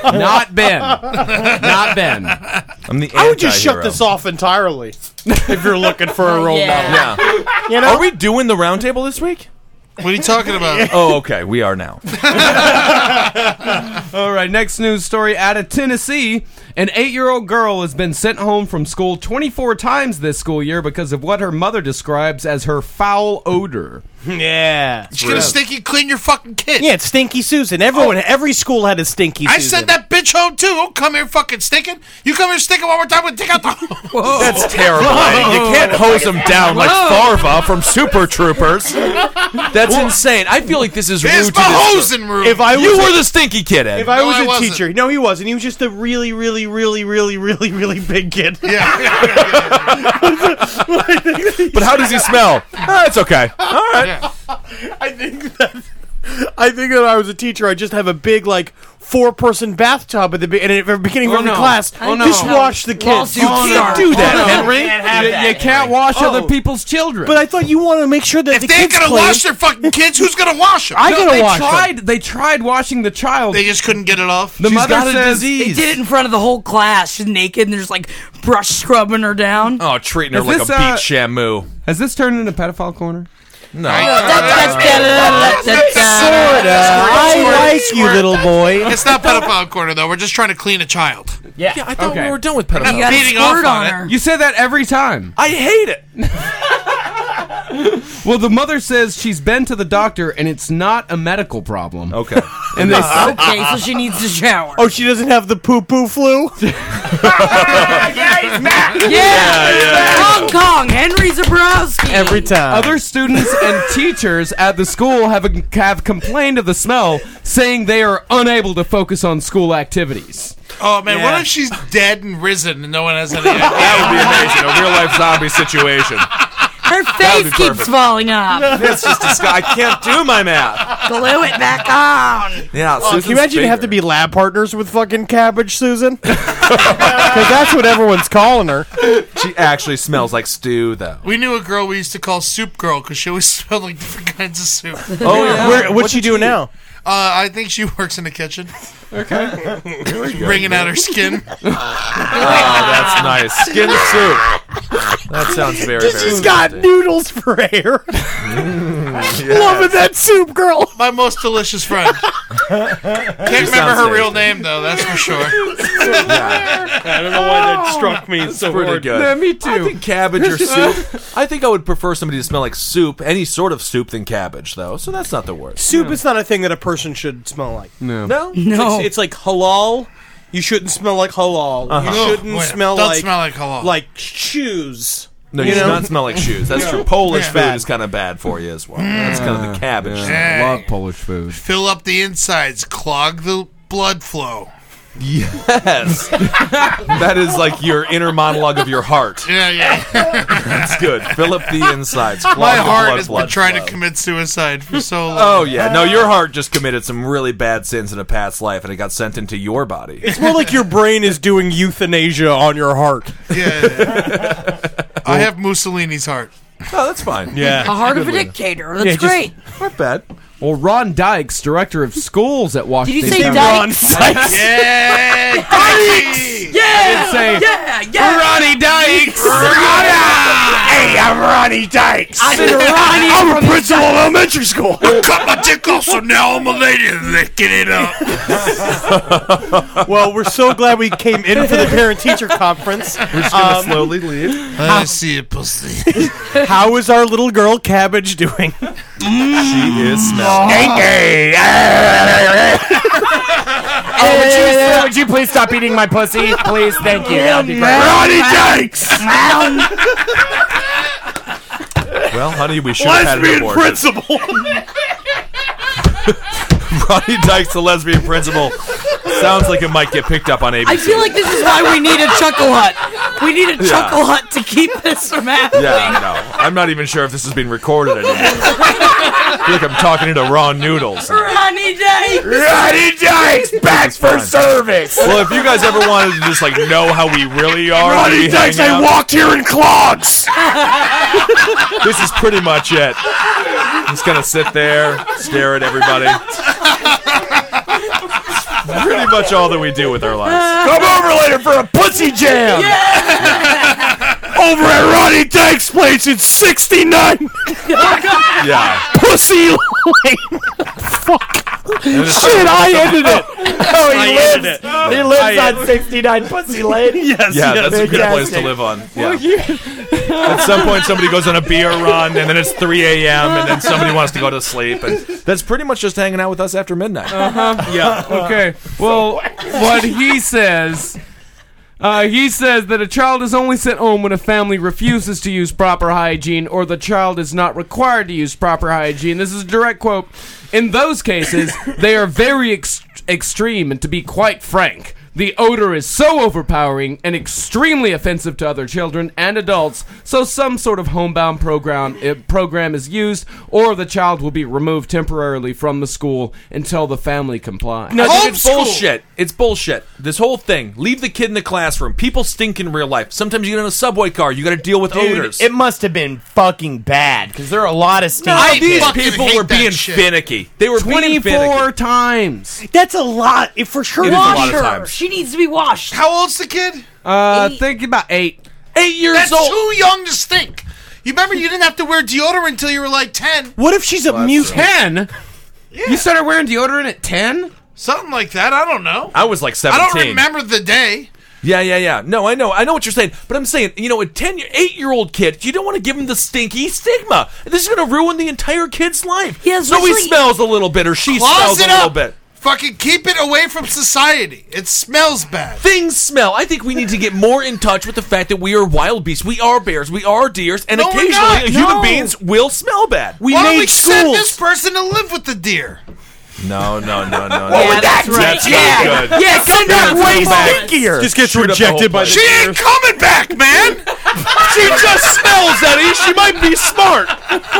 not Ben, not Ben.
I'm the
I would just shut
antihero.
this off entirely if you're looking for a role
yeah.
model.
Yeah.
You know?
Are we doing the roundtable this week?
What are you talking about?
Oh, okay. We are now.
All right, next news story out of Tennessee. An eight year old girl has been sent home from school 24 times this school year because of what her mother describes as her foul odor.
yeah.
She's gonna stinky clean your fucking kid.
Yeah, it's Stinky Susan. Everyone, every school had a Stinky Susan.
I sent that bitch home too. Don't come here fucking stinking. You come here stinking one more time, we'll take out the.
That's terrible. Eddie. You can't hose them down like Farva from Super Troopers. That's insane. I feel like this is rude
Here's
to
my
this.
hosing room.
If I was
You
a-
were the stinky kid, Ed.
If I
No,
was
I
a
wasn't.
teacher, no, he wasn't. He was just a really, really, really, really, really, really big kid.
yeah.
but how does he smell? Ah, it's okay. All right.
I think that I think that I was a teacher. I just have a big like four person bathtub at the be- and at the beginning of
Oh,
every
no.
class.
Oh, no.
Dishwash the kids.
Lawsuit
you can't
start.
do that,
Oh, no.
Henry.
You, you can't wash other people's children.
But I thought you wanted to make sure that
if
the
they ain't
kids
gonna
clean.
wash their fucking kids, who's gonna wash them?
I
No,
gotta
they
wash them.
tried. They tried washing the child.
They just couldn't get it off.
the mother
got a
says,
They
disease.
did it in front of the whole class. She's naked, and they're just like brush scrubbing her down.
Oh, treating her
Is
like
this,
a
uh,
beach shamu.
"Has this turned into pedophile corner?"
No.
Sorta. I like you, little boy.
It's not pedophile corner though. We're just trying to clean a child.
yeah, I thought
Okay.
we were done with pedophiles.
You got
Beating
a squirt
off
on
on it.
her.
You say that every time.
I hate it.
Well, the mother says she's been to the doctor and it's not a medical problem.
Okay.
And they said,
Okay, so she needs to shower.
Oh, she doesn't have the poo poo flu.
yeah. Hong Kong, Henry Zabrowski.
Every time.
Other students and teachers at the school have have complained of the smell, saying they are unable to focus on school activities.
Oh man,
Yeah.
what if she's dead and risen and no one has any idea?
That would be amazing. A real life zombie situation.
Her
be
face keeps
perfect.
falling off.
That's just disgusting. I can't do my math.
Glue it back on.
Yeah.
Can you imagine you have to be lab partners with fucking cabbage, Susan? Because that's what everyone's calling her.
She actually smells like stew, though.
We knew a girl we used to call Soup Girl because she always smelled like different kinds of soup. Uh,
Oh, Where, what's she doing now?
I think she works in the kitchen. Okay. Bringing out her skin.
Oh, That's nice. Skin soup. That sounds very, very
She's got noodles for hair. Loving that soup, girl.
My most delicious friend. Can't remember
sounds
her real
tasty.
name though. That's for sure.
I don't know why that struck me so
pretty good.
Yeah, me too.
I think cabbage or soup. I think I would prefer somebody to smell like soup, any sort of soup, than cabbage, though. So that's not the worst.
Soup is not a thing that a person should smell like.
No.
No, it's, it's like halal You shouldn't smell like halal.
Uh-huh.
You shouldn't
Oh, wait,
smell
don't
like
smell like halal.
Like shoes.
No, you, should
know?
not smell like shoes. That's
Yeah.
true. Polish
Yeah.
food is kind of bad for you as well. That's kind of the cabbage.
Mm. Yeah. I love
Polish food.
Fill up the insides, clog the blood flow.
Yes. that is like your inner monologue of your heart.
Yeah, yeah.
That's good. Fill up the insides. Clog
My
the
heart
blood
has
flow.
been trying to commit suicide for so long.
Oh yeah, no, your heart just committed some really bad sins in a past life, and it got sent into your body.
It's more like your brain is doing euthanasia on your heart.
I have Mussolini's heart.
Oh, that's fine.
Yeah.
A heart of a dictator. That's
Yeah, just-
great.
Not bad.
Well, Ron Dykes, director of schools at
Did
Washington.
you say
State-
Dykes?
Yeah,
Dykes!
I
Yeah!
did say-
yeah! Yeah!
Ronnie Dykes!
Hey, I'm Ronnie Dykes.
I've been Ronnie
I'm
from
a
the
principal
start.
of elementary school.
Cut my dick off, so now I'm a lady licking it up.
well, we're so glad we came in for the parent teacher conference. Um, We're
just gonna slowly leave.
I see a pussy.
How is our little girl Cabbage doing?
She is smelly.
Stinky. oh, would you, would you please stop eating my pussy? Please, thank you. That would be great.
Ronnie Dykes.
Well, honey, we should have had an
Lesbian
abortion.
principal.
Ronnie Dykes, the lesbian principal, sounds like it might get picked up on ABC.
I feel like this is why we need a chuckle hut. We need a
Yeah.
chuckle hut to keep this from happening.
Yeah, no. I'm not even sure if this is being recorded anymore. I feel like I'm talking into raw noodles.
Ronnie Dykes!
Ronnie Dykes back
It's fine.
for service.
Well, if you guys ever wanted to just like know how we really are, when
Ronnie
we
Dykes,
hang
I
out,
walked here in clogs.
This is pretty much it. I'm just gonna sit there, stare at everybody. pretty much all that we do with our lives.
Come over later for a pussy jam. over at Ronnie Dykes' place in 69
Yeah.
Pussy Lane.
And it's-
Shit, I ended it. Oh, he lives. He lives
I-
on 69 Pussy Lane. Yes.
Yeah, that's a good place to
Fantastic.
live on. Yeah. At some point, somebody goes on a beer run, and then it's 3 a.m., and then somebody wants to go to sleep, and that's pretty much just hanging out with us after midnight.
Yeah. Okay. Well, what he says. Uh, he says that a child is only sent home when a family refuses to use proper hygiene or the child is not required to use proper hygiene. This is a direct quote. In those cases, they are very ex- extreme, and to be quite frank, the odor is so overpowering and extremely offensive to other children and adults, so some sort of homebound program eh, program is used, or the child will be removed temporarily from the school until the family complies.
No, dude, it's
Homeschool.
bullshit. It's bullshit. This whole thing. Leave the kid in the classroom. People stink in real life. Sometimes you get in a subway car. You got to deal with
Dude,
odors.
it must have been fucking bad because there are a lot of stinky.
I-
These
fucking
people
hate
were
that
being
shit.
finicky. They were being finicky.
Twenty-four times.
That's a lot. It for sure.
It is a lot
Wash
of
her.
times.
She needs to be washed.
How old's the kid?
Uh,
Eight.
think about eight.
Eight years
That's
old.
too young to stink. You remember you didn't have to wear deodorant until you were like 10.
What if she's a mutant?
Ten. You started wearing deodorant at ten.
Something like that. I don't know.
I was like
I
seventeen.
don't remember the day.
Yeah, yeah, yeah. No, I know, I know what you're saying. But I'm saying, you know, a ten, year, eight year old kid, you don't want to give him the stinky stigma. This is going to ruin the entire kid's life.
Yeah,
so he
especially-
smells a little bit, or she
Close
smells a
it
little
up.
bit.
Fucking keep it away from society. It smells bad.
things smell. I think we need to get more in touch with the fact that we are wild beasts. We are bears. We are deers. And
No, we're
occasionally,
not.
human
No.
beings will smell bad.
We
Why don't
made
we send
schools.
this person to live with the deer?
No, no, no, no.
Yeah, oh, that's right.
That's not good.
yeah, send that way
back.
stinkier.
Just gets
Screwed up the whole
rejected by the
place.
She ain't coming back, man.
She just smells,
eh?
Eddie. She might be smart.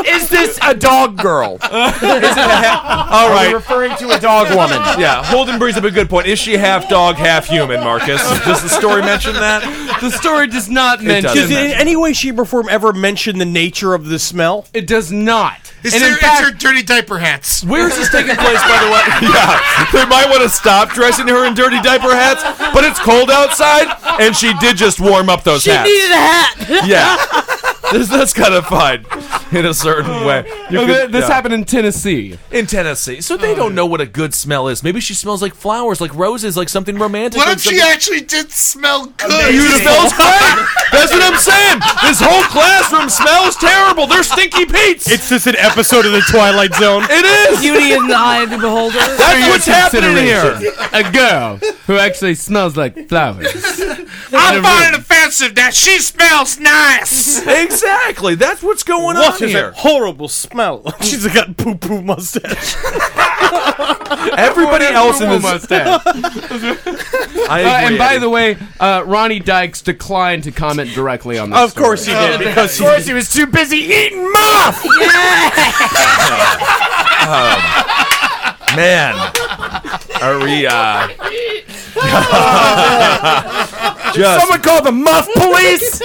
Is this a dog girl? Is it a ha- All right. referring to a dog woman.
Yeah, Holden brings up a good point. Is she half dog, half human, Marcus? Does the story mention that?
The story does not
It
mention.
doesn't.
Does it in any way, shape, or form ever mention the nature of the smell?
It does not.
It's,
and
their,
in
it's
fact,
their dirty diaper hats.
Where is this taking place, by the way? Yeah, they might want to stop dressing her in dirty diaper hats, but it's cold outside, and she did just warm up those
She
hats.
needed a hat.
Yeah. this, that's kind of fine in a certain way. You
Oh,
could-
thi- this
yeah.
happened in Tennessee.
In Tennessee, so they don't know what a good smell is. Maybe she smells like flowers, like roses, like something romantic.
What
like
if she
something-
actually did smell good?
You smells great. That's what I'm saying. This whole classroom smells terrible. They're stinky Pete's.
It's just an episode of the Twilight Zone.
It is.
Beauty in the eye of the beholder.
That's what's happening here.
A girl who actually smells like flowers.
I find it offensive that she smells nice.
Exactly. That's what's going
What
on
is
here.
that
horrible smell? She's got poo poo mustache.
Everybody else in this
mustache.
I
Uh,
agree,
and by
Eddie.
the way, uh, Ronnie Dykes declined to comment directly on this.
Of course he did, because Of course he
was too busy eating muff.
Um, man, are we? Uh, just
Someone call the muff police.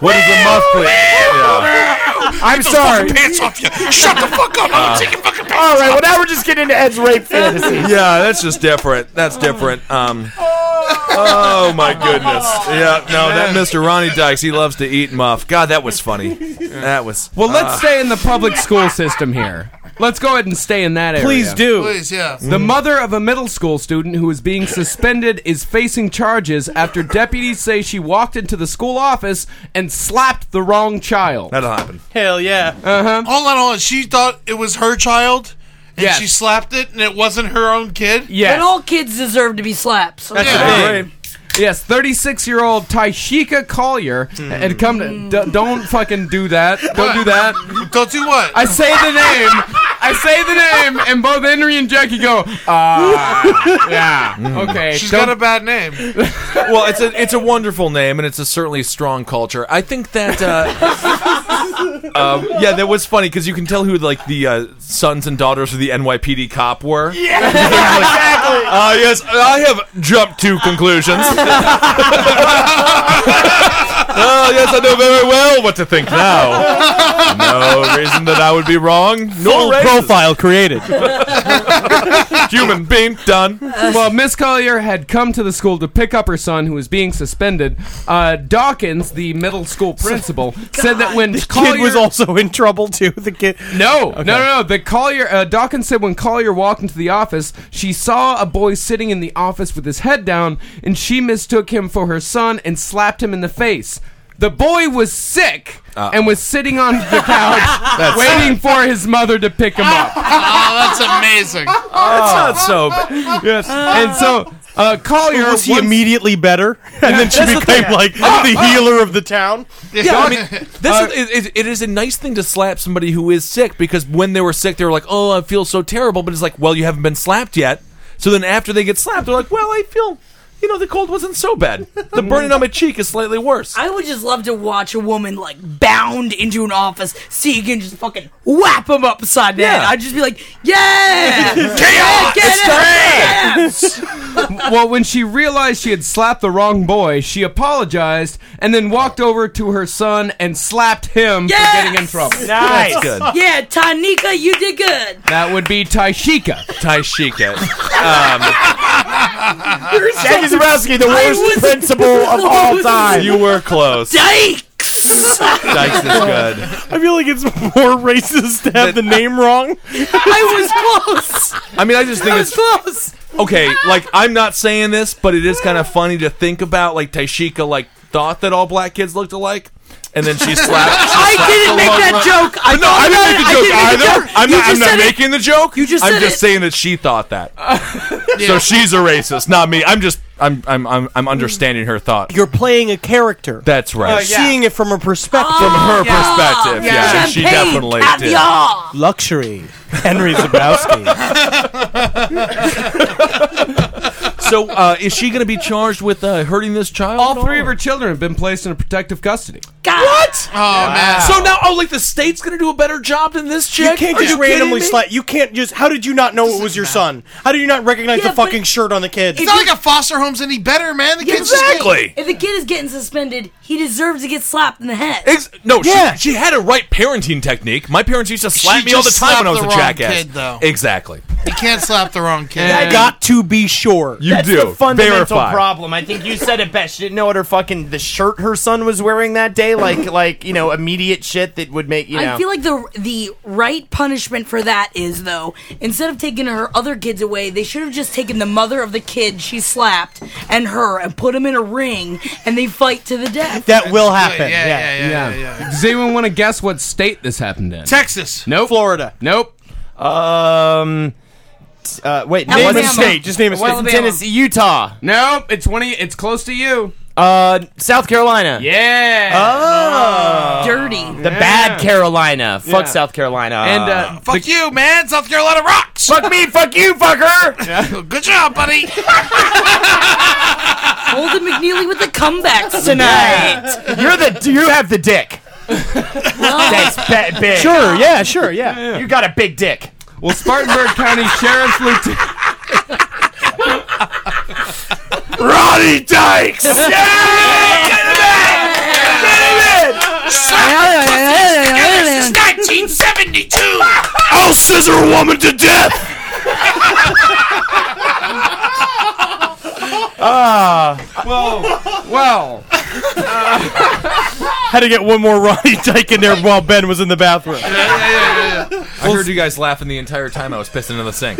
what is the muff? Please?
I'm sorry.
pants off you. Shut the fuck up.
Uh,
I'm taking fucking pants
All right, well
off.
now we're just getting into Ed's rape fantasy.
yeah, that's just different. That's different. Um, oh my goodness. Yeah, no, that Mr. Ronnie Dykes, he loves to eat muff. God, that was funny. That was.
Well, let's
uh,
stay in the public school system here. Let's go ahead and stay in that area.
Please do.
Please, yeah.
The mother of a middle school student who is being suspended is facing charges after deputies say she walked into the school office and slapped the wrong child.
That'll happen.
Hell yeah.
Uh huh.
Hold on, hold on. She thought it was her child, and
Yes.
she slapped it, and it wasn't her own kid.
But all kids deserve to be slapped. So
Yes, 36 year old Taishika Collier had come to. D- don't fucking do that. Don't do that.
Don't do what?
I say the name. I say the name, and both Henry and Jackie go, ah, yeah, okay.
She's
don't-
got a bad name.
Well, it's a it's a wonderful name, and it's a certainly strong culture. I think that. Uh, um, yeah, that was funny because you can tell who like the uh, sons and daughters of the NYPD cop were. Yeah, exactly. Uh, yes, I have jumped to conclusions. "Ah, Oh, yes, I know very well what to think now. No reason that I would be wrong.
Full
No
profile created.
Human being done.
Well, Miss Collier had come to the school to pick up her son, who was being suspended. Uh, Dawkins, the middle school principal, said that when Collier
Kid was also in trouble too. The kid.
no, no, no, no. The Collier uh, Dawkins said when Collier walked into the office, she saw a boy sitting in the office with his head down, and she mistook him for her son and slapped him in the face. The boy was sick and was sitting on the couch waiting for his mother to pick him up.
Oh, that's amazing.
It's not so. bad.
Yes. And so uh, Collier
Was he
once-
immediately better? And then she became like the
Ah.
healer of the town.
Yeah, I mean, this
uh,
is, it, it is a nice thing to slap somebody who is sick because when they were sick, they were like, "Oh, I feel so terrible," but it's like, "Well, you haven't been slapped yet." So then after they get slapped, they're like, "Well, I feel, you know, the cold wasn't so bad. The burning on my cheek is slightly worse."
I would just love to watch a woman like bound into an office, so you can just fucking whap them upside the head.
Yeah.
I'd just be like, yeah, yeah, get it, yeah.
well, when she realized she had slapped the wrong boy, she apologized and then walked over to her son and slapped him
Yes!
for getting in trouble.
Nice.
That's good.
Yeah, Tanika, you did good.
That would be Taishika.
Taishika. Uh,
Jackie Zabrowski, the
I
worst
was-
principal of all time.
You were close.
Dykes.
Dykes is good.
I feel like it's more racist to have the name wrong.
I was close.
I mean, I just think
I was
it's
close.
okay. Like, I'm not saying this, but it is kind of funny to think about. Like, Taishika like thought that all black kids looked alike, and then she slapped.
I didn't make that joke. I
No, I didn't make the joke either. I'm
You
not, I'm
just
not
said it.
making the joke. You
just
I'm
said
just
it.
saying that she thought that. So she's a racist, not me. I'm just I'm I'm I'm, I'm understanding her thought.
You're Oh, playing a character. Uh,
That's right.
Seeing it from a perspective.
From her perspective, yeah, she
Champagne,
definitely did.
caviar.
Luxury. Henry Zabowski.
So uh, is she going to be charged with uh, hurting this child?
All three of her children have been placed in protective custody.
God.
What?
Oh man.
So now, oh, like the state's going to do a better job than this
You
chick?
can't
Are
just
kidding
randomly
me?
slap. You can't just. How did you not know it was your son? How do you not recognize
Yeah,
the fucking
but-
shirt on the kid?
It's not like a foster home's any better, man. The kids just get-
Exactly.
If the kid is getting suspended, he deserves to get slapped in the head.
Ex- no,
Yeah.
she, she had a right parenting technique. My parents used to slap me all the
just
time when
slapped
I was
the
a
wrong
jackass.
kid, though.
Exactly.
You can't slap the wrong kid.
I got to be sure.
That's the fundamental problem. I think you said it best. She didn't know what her fucking the shirt her son was wearing that day. Like like you know immediate shit that would make you know.
I feel like the the right punishment for that is though instead of taking her other kids away, they should have just taken the mother of the kid she slapped and her and put them in a ring and they fight to the death.
That will happen.
Yeah, yeah, yeah, yeah,
Does anyone want to guess what state this happened in?
Texas.
Nope.
Florida.
Nope.
Um. Uh, wait,
name a Alabama. state. Just name a state. Alabama.
Tennessee, Utah.
Nope. It's one of you. It's close to you.
Uh, South Carolina.
Yeah.
Oh.
Dirty.
The bad Carolina. Fuck
Yeah.
South Carolina.
And, uh,
Fuck you, man. South Carolina rocks.
Fuck me, fuck you, fucker.
Good job, buddy.
Holden McNeely with the comebacks tonight.
You're the you have the dick. That's ba- big.
Sure, yeah, sure, yeah.
You got a big dick.
Well, Spartanburg County Sheriff's Lieutenant.
Roddy Dykes!
It's 1972.
Oh,
I'll scissor a woman to death!
Ah.
Whoa. Well.
Had to get one more Ronnie Dyke in there while Ben was in the bathroom.
I heard you guys laughing the entire time I was pissing in the sink.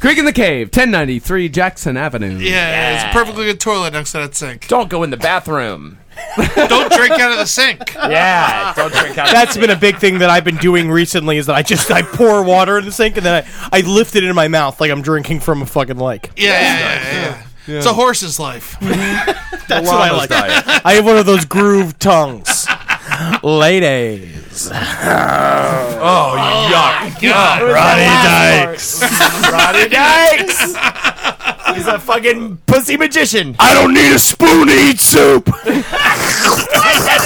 Creek in the Cave, 1093 Jackson Avenue.
Yeah, it's perfectly good toilet next to that sink.
Don't go in the bathroom.
Don't drink out of the sink.
Yeah, don't drink out.
That's been a big thing that I've been doing recently is that I just I pour water in the sink and then I, I lift it in my mouth like I'm drinking from a fucking lake.
Yeah, yeah, yeah, yeah. It's a horse's life.
That's what I like. I have one of those groove tongues. Ladies.
Oh, yuck.
God.
Roddy
Dykes.
Roddy Dykes. He's a fucking pussy magician.
I don't need a spoon to eat soup!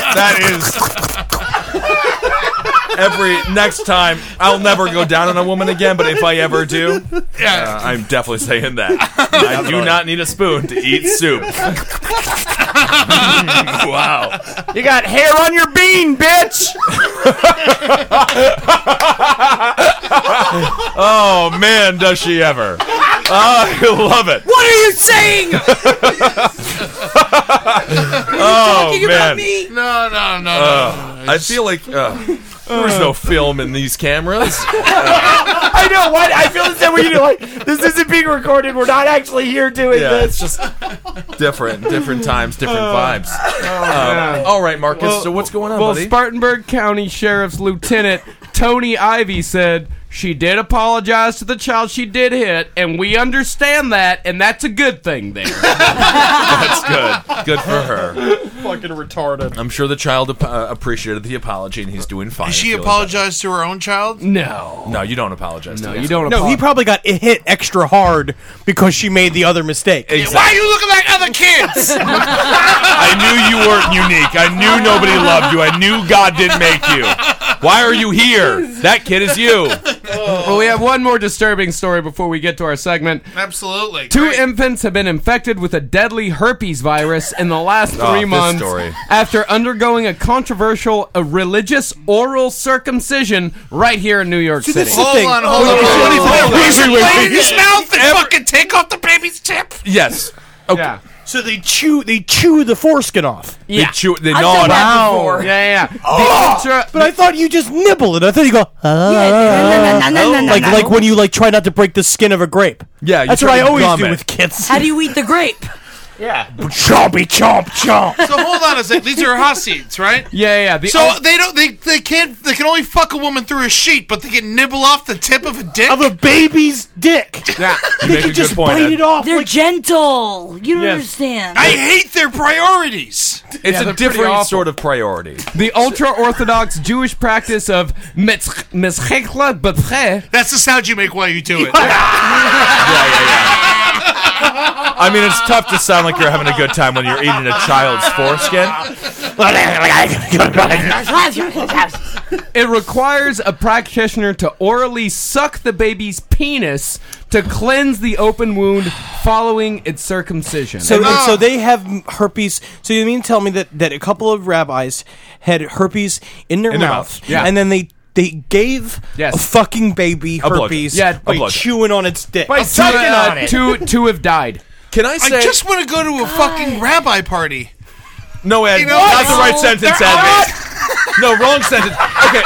That is every next time. I'll never go down on a woman again, but if I ever do, uh, I'm definitely saying that. I do not need a spoon to eat soup. wow.
You got hair on your bean, bitch.
Oh man, does she ever? I love it.
What are you saying?
Oh
Talking about
man.
me?
No, no, no, no.
Uh, I feel like uh, there was no film in these cameras.
I know what I feel the same way you do. Like this isn't being recorded. We're not actually here doing
Yeah,
this.
it's just different, different times, different vibes. Um, all right, Marcus. so what's going on,
Uh, oh, Well,
buddy?
Spartanburg County Sheriff's Lieutenant Tony Ivy said she did apologize to the child she did hit, and we understand that, and that's a good thing there.
That's good. Good for her.
Fucking retarded.
I'm sure the child ap- uh, appreciated the apology, and he's doing fine.
Did she
Feeling
apologized to her own child?
no.
better. No, you don't apologize.
No,
to
you
him.
don't
No, he probably got i- hit extra hard because she made the other mistake.
Why are you looking like other kids?
I knew you weren't unique. I knew nobody loved you. I knew God didn't make you.
Why are you here? That kid is you.
Well, we have one more disturbing story before we get to our segment.
Absolutely.
Two
Great.
infants have been infected with a deadly herpes virus in the last
Oh,
three
this
months
story.
after undergoing a controversial a religious oral circumcision right here in New York City.
this is-
Hold
thing.
on, hold
Oh.
on. Hold on.
Oh.
Razor
Wait,
blade
wait.
in his mouth and fucking take off the baby's tip.
Yes. Okay.
Yeah.
So they chew they chew the foreskin off.
They
Yeah.
chew. They
I've
gnaw
done
on it.
that
Wow.
before.
Yeah, yeah. yeah. The ultra-
Oh! But I thought you just nibble it. I thought you go
Yeah, no, no, no, no, no, no,
like
no.
like when you like try not to break the skin of a grape.
Yeah, you
that's what
try
I
to
always
gum
do
it.
with kids.
How do you eat the grape?
Oh
Chompy chomp chomp.
So hold on a sec. These are Hasids, right?
yeah, yeah. The
So
ul-
they don't they they can't they can only fuck a woman through a sheet, but they can nibble off the tip of a dick.
of a baby's dick.
yeah.
they could just
point,
bite
Ed.
it off.
They're
like-
gentle. You don't understand.
I hate their priorities.
It's
they're
a
pretty
different
awful.
sort of priority.
The ultra orthodox Jewish practice of metz- meschechla b'cheh.
That's the sound you make while you do it.
Yeah, yeah, yeah. I mean, it's tough to sound like you're having a good time when you're eating a child's foreskin.
It requires a practitioner to orally suck the baby's penis to cleanse the open wound following its circumcision.
So, and so they have herpes. So you mean to tell me that, that a couple of rabbis had herpes in their
In their
mouth,
mouth, yeah.
and then they They gave a fucking baby
A blowjob.
herpes
Yeah, a
by
blowjob.
chewing on its dick.
By sucking on it. Two- two have died.
Can I
I
say-
just want to go to a fucking rabbi party.
No, Ed,
You know,
not the
no,
right sentence,
they're
Ed. No, wrong sentence. Okay,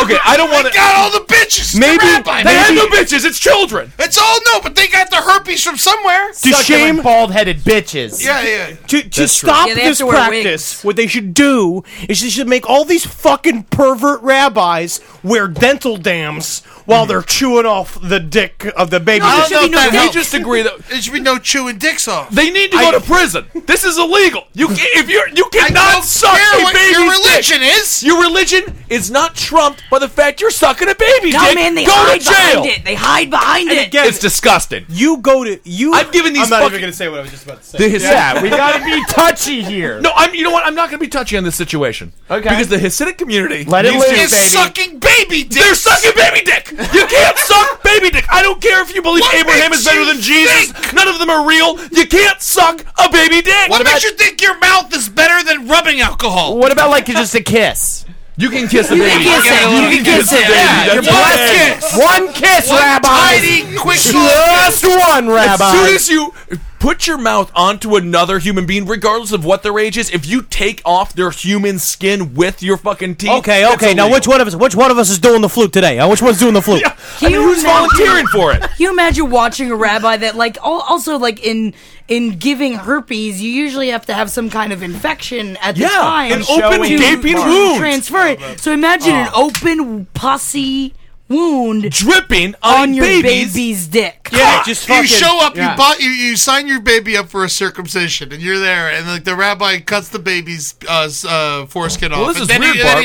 okay, I don't want to.
got all the bitches.
Maybe-
the rabbi.
they had no bitches. It's children.
It's all no, but they got the herpes from somewhere.
To shame bald-headed bitches.
Yeah, yeah.
To, to
That's true.
stop
Yeah, they have
this
to wear
practice, what they should do is they should make all these fucking pervert rabbis wear dental dams while they're chewing off the dick of the baby.
I don't know if that
we
helps.
just agree that
there should be no chewing dicks off.
They need to go to prison. This is illegal. You ca- if you you cannot
don't
suck
care
a
what
baby's
your
dick.
religion is.
Your religion is not trumped by the fact you're sucking a baby
No,
dick.
man, they
go
hide
to jail.
behind it. They hide behind
And
it.
again, it's disgusting.
You go to you.
I'm giving these.
I'm not
fucking,
even gonna say what I was just about to say.
The Hasidic-
be touchy here.
No, I'm. You know what? I'm not going to be touchy on this situation. Okay. Because the Hasidic community
Let it
needs to-
loose,
is
baby.
sucking baby dick.
They're sucking baby dick. You can't suck baby dick. I don't care if you believe
What
Abraham
makes
is better
you
than Jesus. None of them are real. You can't suck a baby dick.
What makes you think your mouth is better than rubbing alcohol?
What about like just a kiss?
You can kiss
a You can baby. kiss it. You can kiss it. Yeah,
One
you're blessed.
kiss. One kiss,
One
Rabbi.
tiny, quick little
just one, Rabbi.
As soon as you put your mouth onto another human being, regardless of what their age is, if you take off their human skin with your fucking teeth,
Okay,
it's
okay. Now,
illegal.
which one of us? Which one of us is doing the flute today? Uh, which one's doing the flute?
Can you
who's
imagine-
volunteering for it? Can
you imagine watching a rabbi that, like, al- also like in in giving herpes, you usually have to have some kind of infection at the
Yeah,
time,
an open
to-
gaping
to
wound. Oh.
transfer it. So imagine an open pussy wound
dripping
on,
on
your
baby's-
baby's dick.
Ah, you show up, you bought, you you sign your baby up for a circumcision, and you're there, and like the rabbi cuts the baby's uh, s- uh, foreskin
Well,
off,
this
and,
is
then
weird,
he, and,
Bart.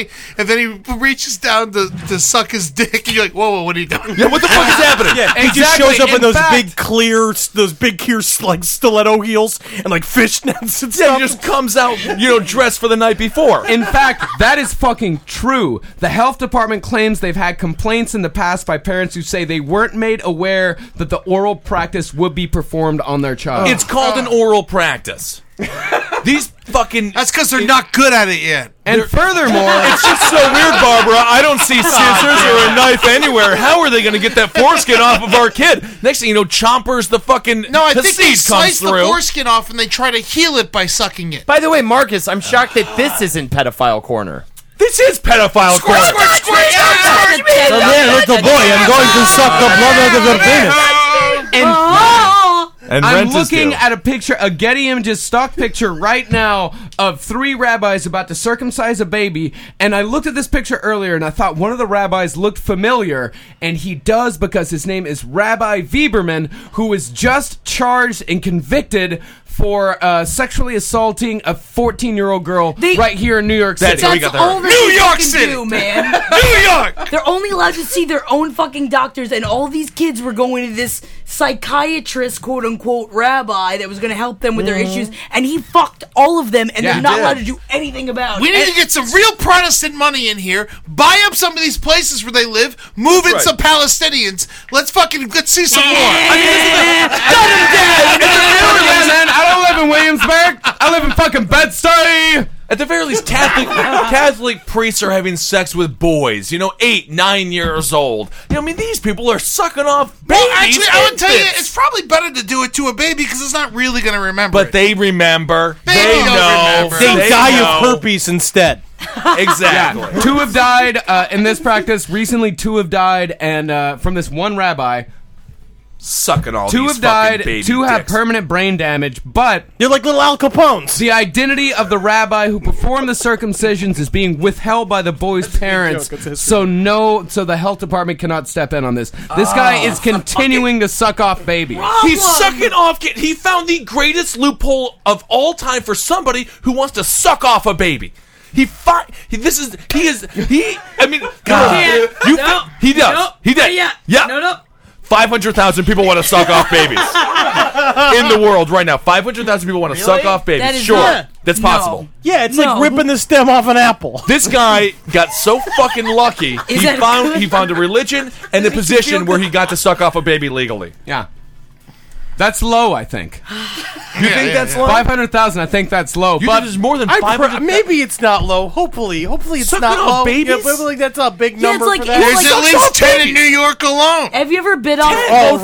then he, and then he reaches down to, to suck his dick, and you're like, whoa, whoa, what are you doing?
Yeah, what the fuck is happening?
Yeah, he just shows up in, those big clear, those big clear like stiletto heels and like fishnets and
stuff. just comes out, you know, dressed for the night before.
In fact, that is fucking true. The health department claims they've had complaints in the past by parents who say they weren't made aware that the oral practice would be performed on their child.
It's called an oral practice. These fucking.
That's because they're not good at it yet.
And furthermore,
it's just so weird, Barbara. I don't see scissors or a knife anywhere. How are they going to get that foreskin off of our kid? Next thing you know, Chompers the fucking
No, I think they
Hasid comes
slice the
through.
foreskin off, and they try to heal it by sucking it.
By the way, Marcus, I'm shocked that this isn't pedophile corner.
This is pedophile
Squirt, squirt, squirt, squirt, squirt.
little boy, I'm going to suck the blood out of your penis.
And,
And
I'm
rent is
looking
due.
at a picture, a Getty Images stock picture right now of three rabbis about to circumcise a baby. And I looked at this picture earlier and I thought one of the rabbis looked familiar. And he does because his name is Rabbi Bieberman, who was just charged and convicted for uh, sexually assaulting a 14 year old girl right here in New York City.
That's how we got that.
New
New York
York
City.
do, man.
New York.
They're only allowed to see their own fucking doctors, and all these kids were going to this psychiatrist, quote unquote, rabbi that was going to help them with their
Mm-hmm.
issues, and he fucked all of them, and
Yeah,
they're
he
not
did.
allowed to do anything about
We
it.
need to get some real Protestant money in here. Buy up some of these places where they live. Move in
Right.
some Palestinians. Let's fucking let's see some more.
man, I don't live in Williamsburg. I live in fucking Bed-Stuy.
At the very least, Catholic Catholic priests are having sex with boys, you know, eight, nine years old. I mean, these people are sucking off babies.
Well, actually, I would tell you,
infants.
it's probably better to do it to a baby because it's not really going to remember.
But they remember. They,
don't
know.
remember.
They die
know.
of herpes instead.
Exactly.
Yeah. Two have died uh, in this practice. Recently, two have died, and uh, from this one rabbi,
Sucking all
two
these
have died.
fucking baby
Two have
dicks.
permanent brain damage. But
you're like little Al Capones.
The identity of the rabbi who performed the circumcisions is being withheld by the boy's parents,
joke, it's history.
so no, so the health department cannot step in on this. This guy is continuing to suck off babies.
He's sucking off. Kid. He found the greatest loophole of all time for somebody who wants to suck off a baby. He fi- he, This is he is he. I mean, God. you. He does. He does. Yeah. No. No. Five hundred thousand people want to suck off babies in the world right now. Five hundred thousand people want to suck off babies.
That is
sure,
not-
that's
no.
possible.
Yeah, it's like ripping the stem off an apple.
This guy got so fucking lucky.
Is
he
that
found
good?
he found a religion and
you
a
feel
position where
good?
he got to suck off a baby legally.
Yeah. That's low, I think.
You think that's low?
Five hundred thousand. I think that's low.
You
but
think
there's more than
I pr- maybe it's not low. Hopefully, hopefully it's
Sucking
not
on
low.
babies?
Yeah, but like that's a big
Yeah, it's
number.
like-
for
it's
that.
There's like- at least
Oh,
10 in
babies!
New
York alone.
Have you ever bit off
Oh,
both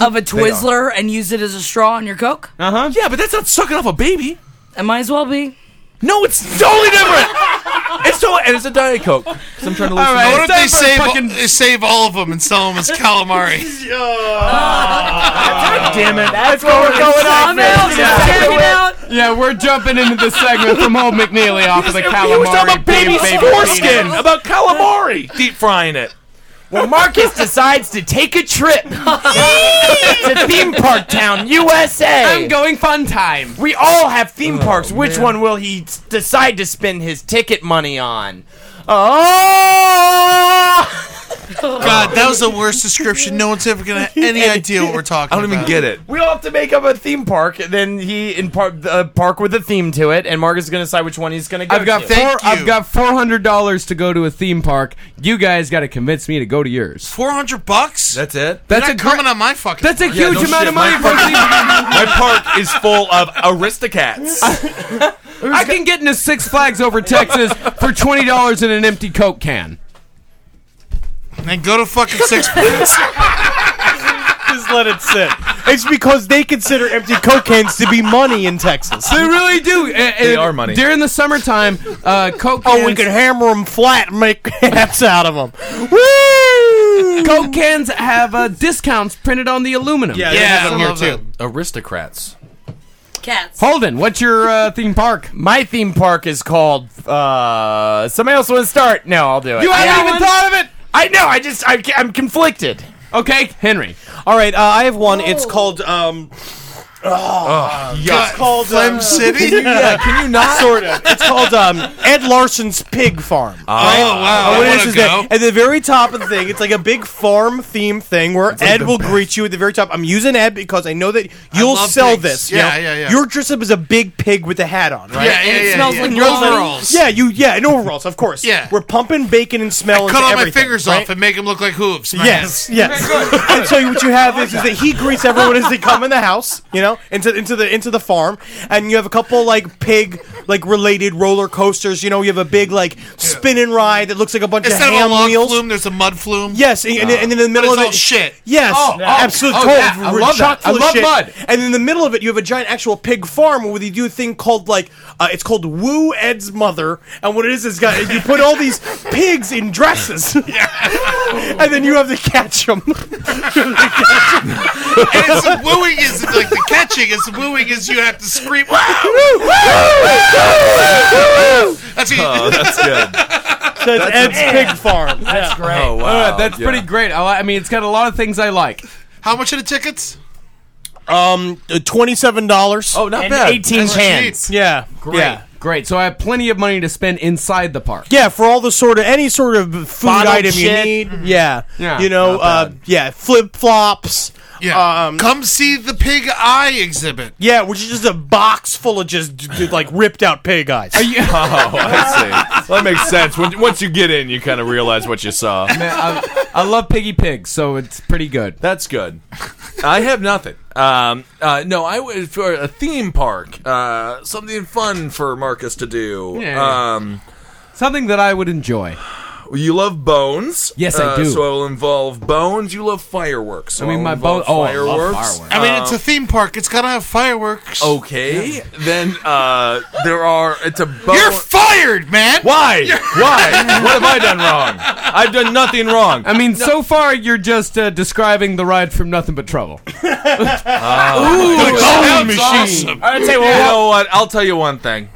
ends of a
They are.
Twizzler and used it as a straw on your Coke?
Uh huh.
Yeah, but that's not sucking off a baby.
It might as well be.
No, it's totally different. it's so and it's a diet coke. 'Cause I'm trying to lose. some weight.
Why don't they save, they save all of them and sell them as calamari?
damn it.
That's
what we're going on now.
Yeah.
yeah, we're jumping into the segment from old McNeely off of the calamari.
He was talking about
baby
baby's
baby
foreskin,
penis.
about calamari, deep frying it.
Well, Marcus decides to take a trip to theme park town, USA.
I'm going fun time.
We all have
Oh,
theme parks. Which one will he s- decide to spend his ticket money on? Oh!
God, that was the worst description. No one's ever gonna have any idea what we're talking.
I don't even
about.
get it.
We all have to make up a theme park. Then he in par- a park with a theme to it, and Marcus is going to decide which one he's going to go
I've got
to.
four, I've got four hundred dollars to go to a theme park. You guys got to convince me to go to yours.
Four hundred bucks.
That's it.
That's
You're
a
not
gr-
coming on my fucking.
That's a
park.
huge amount of money. for a theme-
My park is full of aristocrats.
I can get into Six Flags over Texas for twenty dollars in an empty Coke can.
Then go to fucking Six Flags.
Just let it sit. It's because they consider empty coke cans to be money in Texas.
They really do.
They are money.
during the summertime. Uh, Coke.
Oh, we
cans-
could hammer them flat and make hats out of them.
Coke cans have uh, discounts printed on the aluminum.
they
Yeah,
have
I
them here
love
too.
them.
Aristocrats.
Cats.
Holden, what's your uh, theme park?
My theme park is called. Uh, somebody else want to start? No, I'll do it.
You
I-
haven't even thought of it.
I know. I just I, I'm conflicted.
Okay, Henry.
All right, uh, I have one. It's called. Um,
God,
called,
Flem
uh,
City.
yeah, can you not? sort of. It's called um, Ed Larson's Pig Farm.
Oh wow, I
What
wanna
is is
go.
that at the very top of the thing, it's like a big farm theme thing where Ed will greet you at the very top. I'm using Ed because I know that you'll
love
sell
pigs.
this. you
Yeah,
know?
yeah, yeah.
You're dressed up as a big pig with a hat on, right?
Yeah, yeah, yeah.
smells
yeah.
like
And you're
lawn.
overalls.
Yeah, you yeah, and overalls, of course.
Yeah.
We're pumping bacon and smell
Cut
into
all my
everything,
fingers
right?
off and make them look like hooves. man.
Yes, yes. and so what you have is, is that he greets everyone as they come in the house, you know, into into the into the farm, and you have a couple like pig like related roller coasters. You know, you have a big like spinning ride that looks like a bunch
Instead
of
of a
ham
log
wheels.
flume, there's a mud flume.
Yes, and, and, and in the middle
it's
of it,
all shit.
Yes,
Oh, oh,
absolutely.
oh,
totally.
yeah, I love
chock
that. I
full of
love
shit.
mud.
And in the middle of it, you have a giant actual pig farm where they do a thing called like uh, it's called Woo Ed's Mother, and what it is is got, you put all these pigs in dresses, and then you have to catch them.
And it's wooing is like the catching. It's wooing is you have to scream. Wow! That's what you-
Oh, that's good.
So it's Ed's Pig Farm. That's great.
Oh wow,
All right, that's
Yeah.
pretty great. I, li- I mean, it's got a lot of things I like.
How much are the tickets?
Um, twenty-seven dollars.
Oh, not
And
bad.
18 cans.
Cheap.
yeah,
Great,
Yeah.
great. So I have plenty of money to spend inside the park.
Yeah, for all the sort of any sort of food
Bottled
item
shit.
you need. Yeah,
Mm-hmm. Yeah,
you know, uh, yeah, flip flops.
Yeah.
Um,
Come see the pig eye exhibit.
Yeah, which is just a box full of just d- d- like ripped out pig eyes.
Oh, I see. That makes sense. When, once you get in, you kind of realize what you saw.
Man, I, I love Piggy Pig, so it's pretty good.
That's good. I have nothing. Um, uh, no, I would for a theme park, uh, something fun for Marcus to do.
Yeah.
Um,
Something that I would enjoy.
you love bones.
Yes, I
Uh,
do.
So I will involve bones. You love fireworks. So
I mean,
will
my
involve
bone. Oh, I
fireworks.
love fireworks. Uh,
I mean, it's a theme park. It's gotta have fireworks.
Okay, then uh, there are. It's a bone.
You're fired, man.
Why? Why? What have I done wrong? I've done nothing wrong.
I mean, so far you're just uh, describing the ride from Nothing But Trouble.
Good sounds awesome.
I tell you, what, you know what? I'll tell you one thing.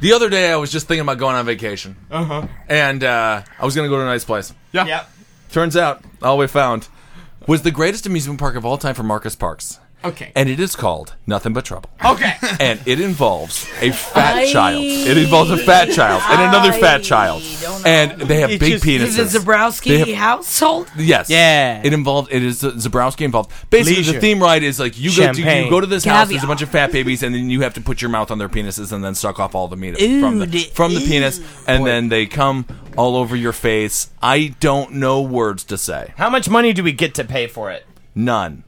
The other day, I was just thinking about going on vacation, uh-huh. and uh, I was going to go to a nice place.
Yeah.
Turns out, all we found was the greatest amusement park of all time for Marcus Parks,
Okay.
and it is called Nothing But Trouble.
Okay.
and it involves a fat
I-
child. It involves a fat child and another fat
I
child,
don't know.
and they have
It
big
just-
penises.
Is it Zabrowski
They have-
household?
Yes.
Yeah.
It involved. It is uh, Zabrowski involved. Basically, the
Leisure.
theme ride is like you go to,
Champagne.
you go to this house. There's a
Caviar.
bunch of fat babies, and then you have to put your mouth on their penises and then suck off all the meat from the
Ooh,
from the penis, and then they come all over your face. I don't know words to say.
How much money do we get to pay for it?
None.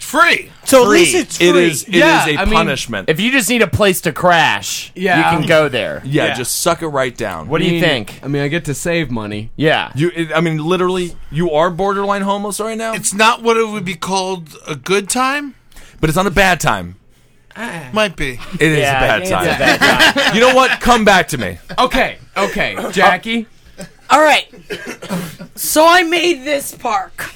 Free.
So
at least it's
It free. is- it Yeah, is a I mean, punishment.
if you just need a place to crash,
Yeah.
you can go there.
Yeah, just suck it right down.
What do you think?
I mean, I get to save money.
Yeah.
You, it- I mean, literally, you are borderline homeless right now.
It's not what it would be called a good time,
but it's not a bad time.
Might be.
It is
Yeah, I
a bad
think
time.
it's a
you know what? Come back to me.
Okay, okay, Jackie.
All right. So I made this park.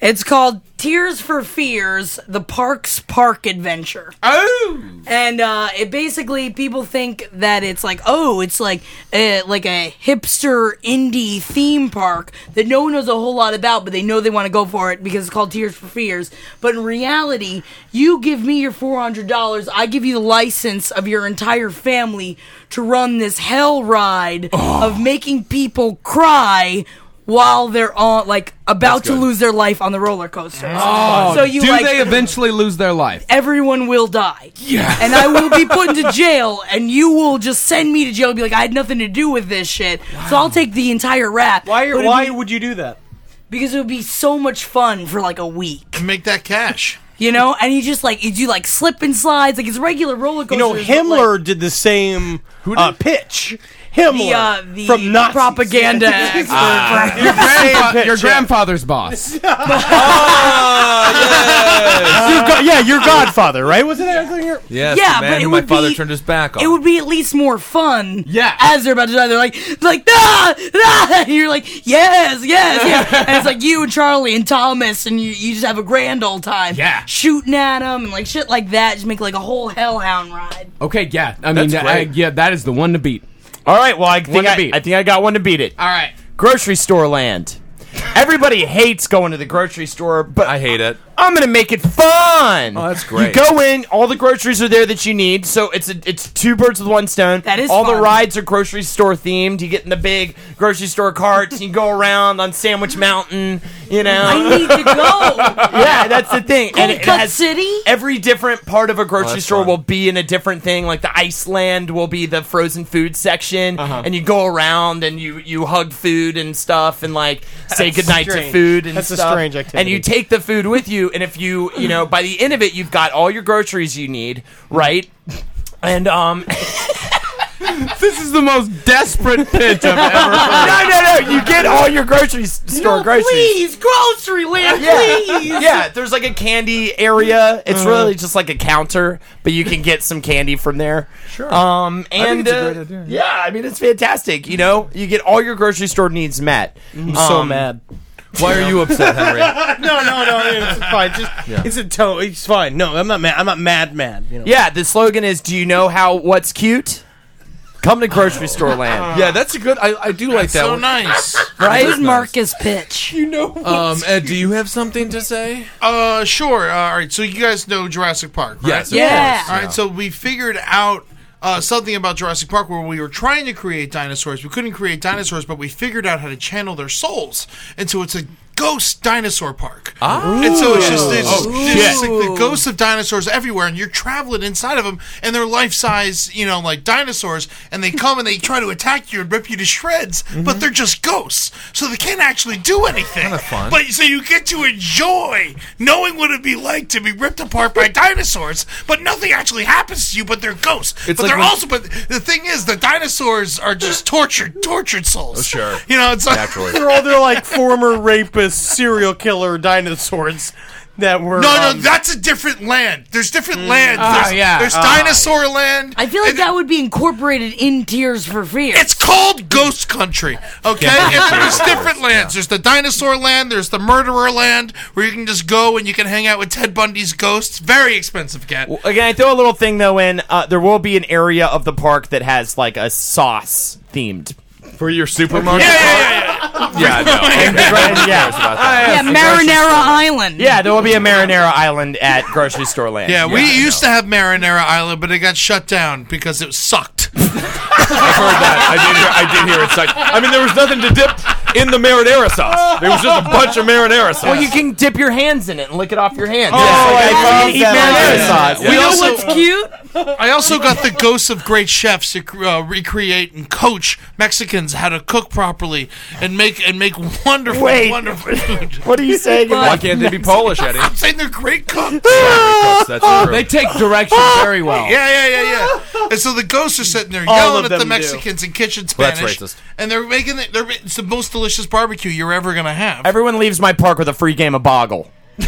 It's called Tears for Fears: The Parks Park Adventure.
Oh.
And uh, it basically people think that it's like oh it's like uh, like a hipster indie theme park that no one knows a whole lot about, but they know they want to go for it because it's called Tears for Fears. But in reality, you give me your four hundred dollars, I give you the license of your entire family to run this hell ride of making people cry while they're on like about to lose their life on the roller coaster.
Oh,
so you
do
like
they eventually lose their life?
everyone will die. Yeah. And I will be put into jail, and you will just send me to jail and be like, I had nothing to do with this shit. So I'll take the entire rap. Why,
why
would you do that? Because it would be so much fun for like a week. Make that cash. You know, and you just like you do like slip and slides, like it's regular roller coaster.
You know, Himmler did the same uh, pitch. Himmler
The, uh, the
from Nazis.
propaganda expert.
Ah.
Your, grandfa-
Same pitch,
your
yeah.
grandfather's boss.
Your go- yeah, your godfather, right? Was it that thing here?
Yes,
Yeah,
the man
but it
who my
would
father
be-
turned his back on.
It would be at least more fun. Yeah. As they're about to die, they're like, like, ah, ah, and you're like, yes, yes, yes. and it's like you and Charlie and Thomas, and you, you just have a grand old time. Yeah. Shooting at them and like shit like that. Just make like a whole hellhound ride.
Okay, yeah. I mean,
That's
that- I-
great.
yeah, that is the one to beat.
All right. Well, I
One
think
to
I,
beat.
I think I got one to beat it.
All right.
Grocery store land. Everybody hates going to the grocery store, but I
hate it.
I'm gonna make it fun. Oh,
that's great.
You go in, all the groceries are there that you need, so it's a, it's two birds with one stone. That
is
all the
fun.
rides are grocery store themed. You get in the big grocery store carts, and you go around on Sandwich Mountain. You know,
I need to go.
yeah, that's the thing.
Gold Cut
City. Every different part of a grocery
that's
store will be in a different thing. Like the Iceland will be the frozen food section, and you go around and you you hug food and stuff, and like say
That's
goodnight to
strange.
food and
That's a
stuff.
strange
And you
activity.
take the food with you, and if you you know by the end of it, you've got all your groceries you need, right? And um.
This is the most desperate pitch I've ever
no, no, no! You get all your grocery s- store groceries.
Please, grocery land,
Yeah.
please.
Yeah, there's like a candy area. It's really just like a counter, but you can get some candy from there. Sure. Um,
I think
and
it's a great
uh,
idea.
yeah, I mean it's fantastic. You know, you get all your grocery store needs met. Um,
I'm so mad.
Why are you upset, Henry?
no, no, no. It's fine. Just
Yeah.
it's a toe. It's fine. No, I'm not mad. I'm not mad. Mad. You know.
Yeah, the slogan is "Do you know how what's cute? Come to grocery store land."
yeah, that's a good. I, I do like that.
so
one.
nice.
Right?
Who's Marcus Pitch?
You know.
Um, Ed, do you have something to say?
Uh, sure. Uh, all right. So you guys know Jurassic Park, right?
Yes, of Yeah. course,
All
yeah.
right. So we figured out. Uh, something about Jurassic Park where we were trying to create dinosaurs. We couldn't create dinosaurs, but we figured out how to channel their souls. And so it's a ghost dinosaur park.
Ah.
And so it's just, it's,
Ooh. Oh,
it's just
shit.
like the ghosts of dinosaurs everywhere, and you're traveling inside of them, and they're life size, you know, like dinosaurs, and they come and they try to attack you and rip you to shreds, but they're just ghosts. So they can't actually do anything.
Mm-hmm. Kinda fun.
But so you get to enjoy knowing what it'd be like to be ripped apart by dinosaurs, but nothing actually happens to you, but they're ghosts.
It's
but
like
they're
when-
also, but the thing is, the dinosaurs are just tortured, tortured souls.
Oh, sure.
You know, it's like.
Naturally.
They're all they're like former rapist, serial killer dinosaurs that were.
No, no,
um,
that's a different land. There's different lands.
Ah,
There's,
yeah.
there's
Ah.
dinosaur land.
I feel like that would be incorporated in Tears for Fears.
It's called Ghost Country, okay?
Can't be
And there's
serious.
different lands. There's the dinosaur land. There's the murderer land, where you can just go and you can hang out with Ted Bundy's ghosts. Very expensive, cat.
Again, I throw a little thing though in. Uh, there will be an area of the park that has like a sauce themed
for your supermarket.
Yeah, yeah, yeah,
Yeah, I know.
yeah.
yeah, Marinara Island.
Yeah, there will be a Marinara Island at grocery store land.
Yeah, we used to have Marinara Island, but it got shut down because it sucked.
I've heard that. I did hear, I did hear it. Suck. I mean, there was nothing to dip in the marinara sauce. There was just a bunch of marinara sauce.
Well, you can dip your hands in it and lick it off your hands.
Oh, I
I
love
can eat
that
marinara
idea.
sauce.
Yeah. We
You
also-
know what's
cute?
I also got the ghosts of great chefs to cr- uh, recreate and coach Mexicans how to cook properly and make and make wonderful,
Wait.
wonderful food.
What are you saying?
Why can't they be Polish, Eddie?
I'm saying they're great cooks.
That's true.
They take direction very well.
Yeah, yeah, yeah, yeah. And so the ghosts are sitting there
Oh. All
yelling
of
at the
them do.
Mexicans in kitchen
Well, that's
Spanish,
racist.
and they're making it. They're, it's the most delicious barbecue you're ever gonna have.
Everyone leaves my park with a free game of boggle.
no,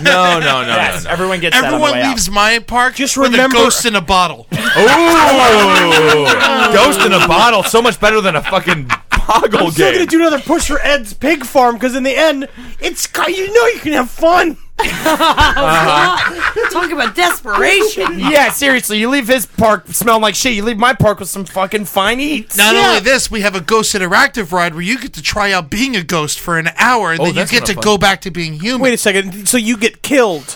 no, no,
Yes,
no, no.
everyone gets that on
Everyone
the way out.
leaves my park just with
remember-
a ghost in a bottle.
Ooh, ghost in a bottle, so much better than a fucking boggle
I'm still
game.
gonna do another push for Ed's pig farm because in the end, it's ca- you know you can have fun.
God. Talk about desperation.
Yeah, seriously, you leave his park smelling like shit. You leave my park with some fucking fine eats.
Not
Yeah.
only this, we have a ghost interactive ride where you get to try out being a ghost for an hour, and
Oh,
then you
that's
get
not
to
fun.
go back to being human.
Wait a second, so you get killed?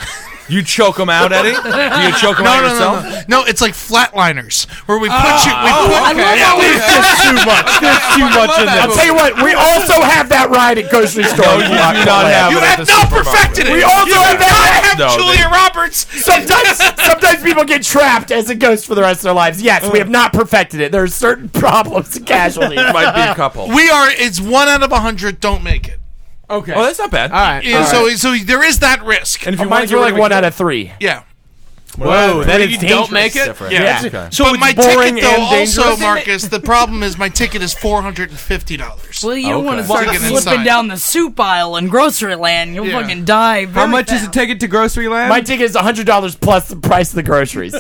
You choke him out, Eddie? Do you choke him
no,
out
no,
yourself?
No, no, no, it's like flatliners where we put you. We
Oh,
Ah,
put,
okay. I love
we-
that
Too much. There's too much in
that
I'll
movie.
tell you what. We also have that ride at Grocery Store.
No, you do not have
You
it at
have
the
not
supermarket.
perfected it.
We also
you
have that.
have
No,
Julia
they-
Roberts.
Sometimes, sometimes people get trapped as a ghost for the rest of their lives. Yes, we have not perfected it. There are certain problems and casualties.
Might be a couple.
We are. It's one out of a hundred. Don't make it.
Okay.
Oh, that's not bad.
All right.
Yeah, so, so there is that risk.
And if you
Mine's were
want
like
to get rid of a
one
kid-
out of three.
yeah.
Whoa, that
If
is
you don't make it.
Different.
Yeah.
Okay.
So but
it's
my
boring
ticket though
and dangerous.
also Marcus, the problem is my ticket is four hundred and fifty dollars.
Well, you
Okay.
want to start
Walking
slipping
inside.
down the soup aisle in grocery land. You'll
Yeah.
fucking die. Very
How much does it
fast.
take it to grocery land?
My ticket is hundred dollars plus the price of the groceries.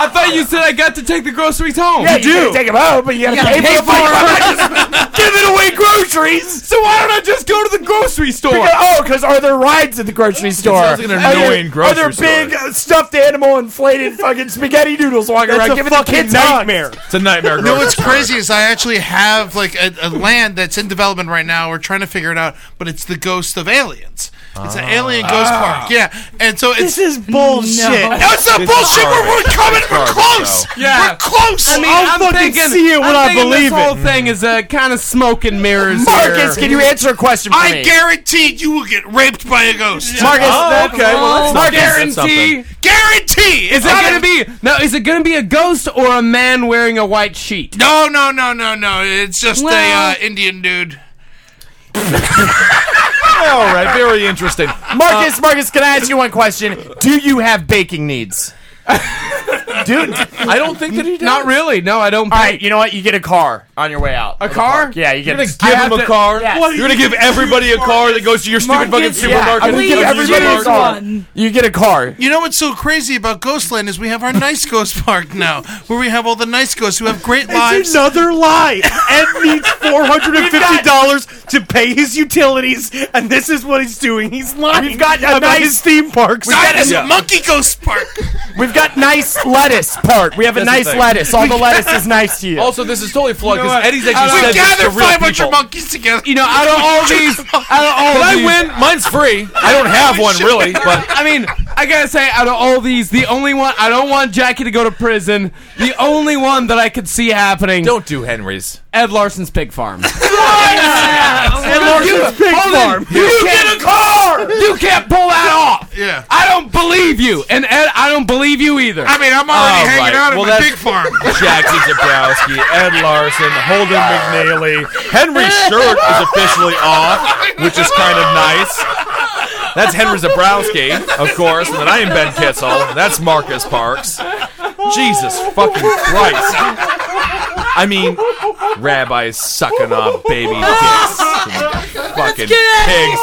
I thought you said I got to take the groceries home.
Yeah, can't take them home, but you gotta,
You gotta
pay,
pay
for the fucking giving away groceries.
So why don't I just go to the grocery store?
Because, oh, because are there rides at the grocery store?
sounds like an
Are there-
annoying
Are there
grocery store.
big uh, stuffed animal inflated fucking spaghetti noodles walking
That's
around
a
giving the
fucking
kids
nightmare.
hugs?
It's a nightmare.
No,
grocery
what's
store.
crazy is I actually have like a, a land that's in development right now. We're trying to figure it out, but it's the ghost of aliens. It's an alien ghost park, yeah. And so it's
This is bullshit.
No, it's not
This is
bullshit. We're, we're
garbage.
coming. We're
Garbage,
close.
though.
Yeah.
We're close.
I mean,
I'll
am
fucking
thinking,
see it when
I'm
I
thinking
believe
this whole
it.
thing is a kind of smoke and mirrors. here.
Marcus, can you answer a question for
I
me?
guarantee you will get raped by a ghost.
Marcus,
Oh,
that-
okay, well, that's
Marcus,
something. That's
guarantee.
something.
Guarantee.
Is it gonna be now? Is it gonna be a ghost or a man wearing a white sheet?
No, no, no, no, no. It's just
Well-
a uh, Indian dude.
All right, very interesting.
Marcus, Marcus, can I ask you one question? Do you have baking needs? Dude, all
I don't think that he does.
Not really. No, I don't.
right, you know what? You get a car on your way out.
A car?
Yeah, you
You're
get I
gonna give him
have
a
to-
car.
Yes.
You're gonna give everybody a car that goes to your stupid fucking
Marcus,
Yeah,
supermarket.
I'm gonna give
Please
everybody a
choose
car.
one.
You get a car.
You know what's so crazy about Ghostland is we have our nice ghost park now, where we have all the nice ghosts who have great
It's
lives.
another lie. Ed needs four hundred and fifty dollars to pay his utilities, and this is what he's doing. He's lying.
We've got a
about
nice-
his theme parks.
That is
Yeah.
Monkey Ghost Park.
We've got nice lettuce part. We have a
That's the
nice
thing.
lettuce. All the lettuce is nice to you.
Also, this is totally flawed
You know
because
what?
Eddie's
I
actually
we
said this to
gather
real
500
people.
monkeys together.
You know, out of all these, out of all
Did I
these,
win? Mine's free. I don't have one really, but
I mean, I gotta say, out of all these, the only one I don't want Jackie to go to prison. The only one that I could see happening,
don't do Henry's.
Ed Larson's pig farm.
Ed Larson's pig
Hold it.
farm.
You, get a car. You can't pull that off.
Yeah.
I don't believe you, and Ed, I don't believe you either.
I mean, I'm already
Oh,
hanging
right.
out at
Well,
my
that's-
big farm.
Jackie Zabrowski, Ed Larson, Holden McNally. Henry's shirt is officially off, which is kind of nice. That's Henry Zabrowski, of course, and then I am Ben Kitzel. That's Marcus Parks. Jesus fucking Christ. I mean, rabbis sucking off baby dicks. Fucking pigs.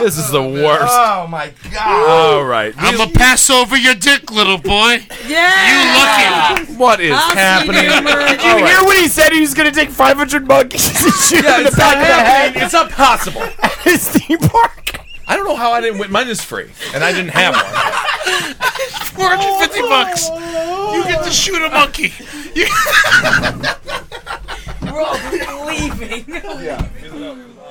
This is the worst.
oh my god.
All right.
I'm gonna pass over your dick, little boy.
Yeah.
You lucky.
What is
I'll see you
happening?
tomorrow. Did
You hear what he said? He was gonna take 500 monkeys and shoot
Yeah,
him in
it's
the
not
back of the head
happening. It's not possible.
at his theme park.
I don't know how I didn't win. Mine is free, and I didn't have one.
450 bucks. You get to shoot a monkey. You-
We're all leaving.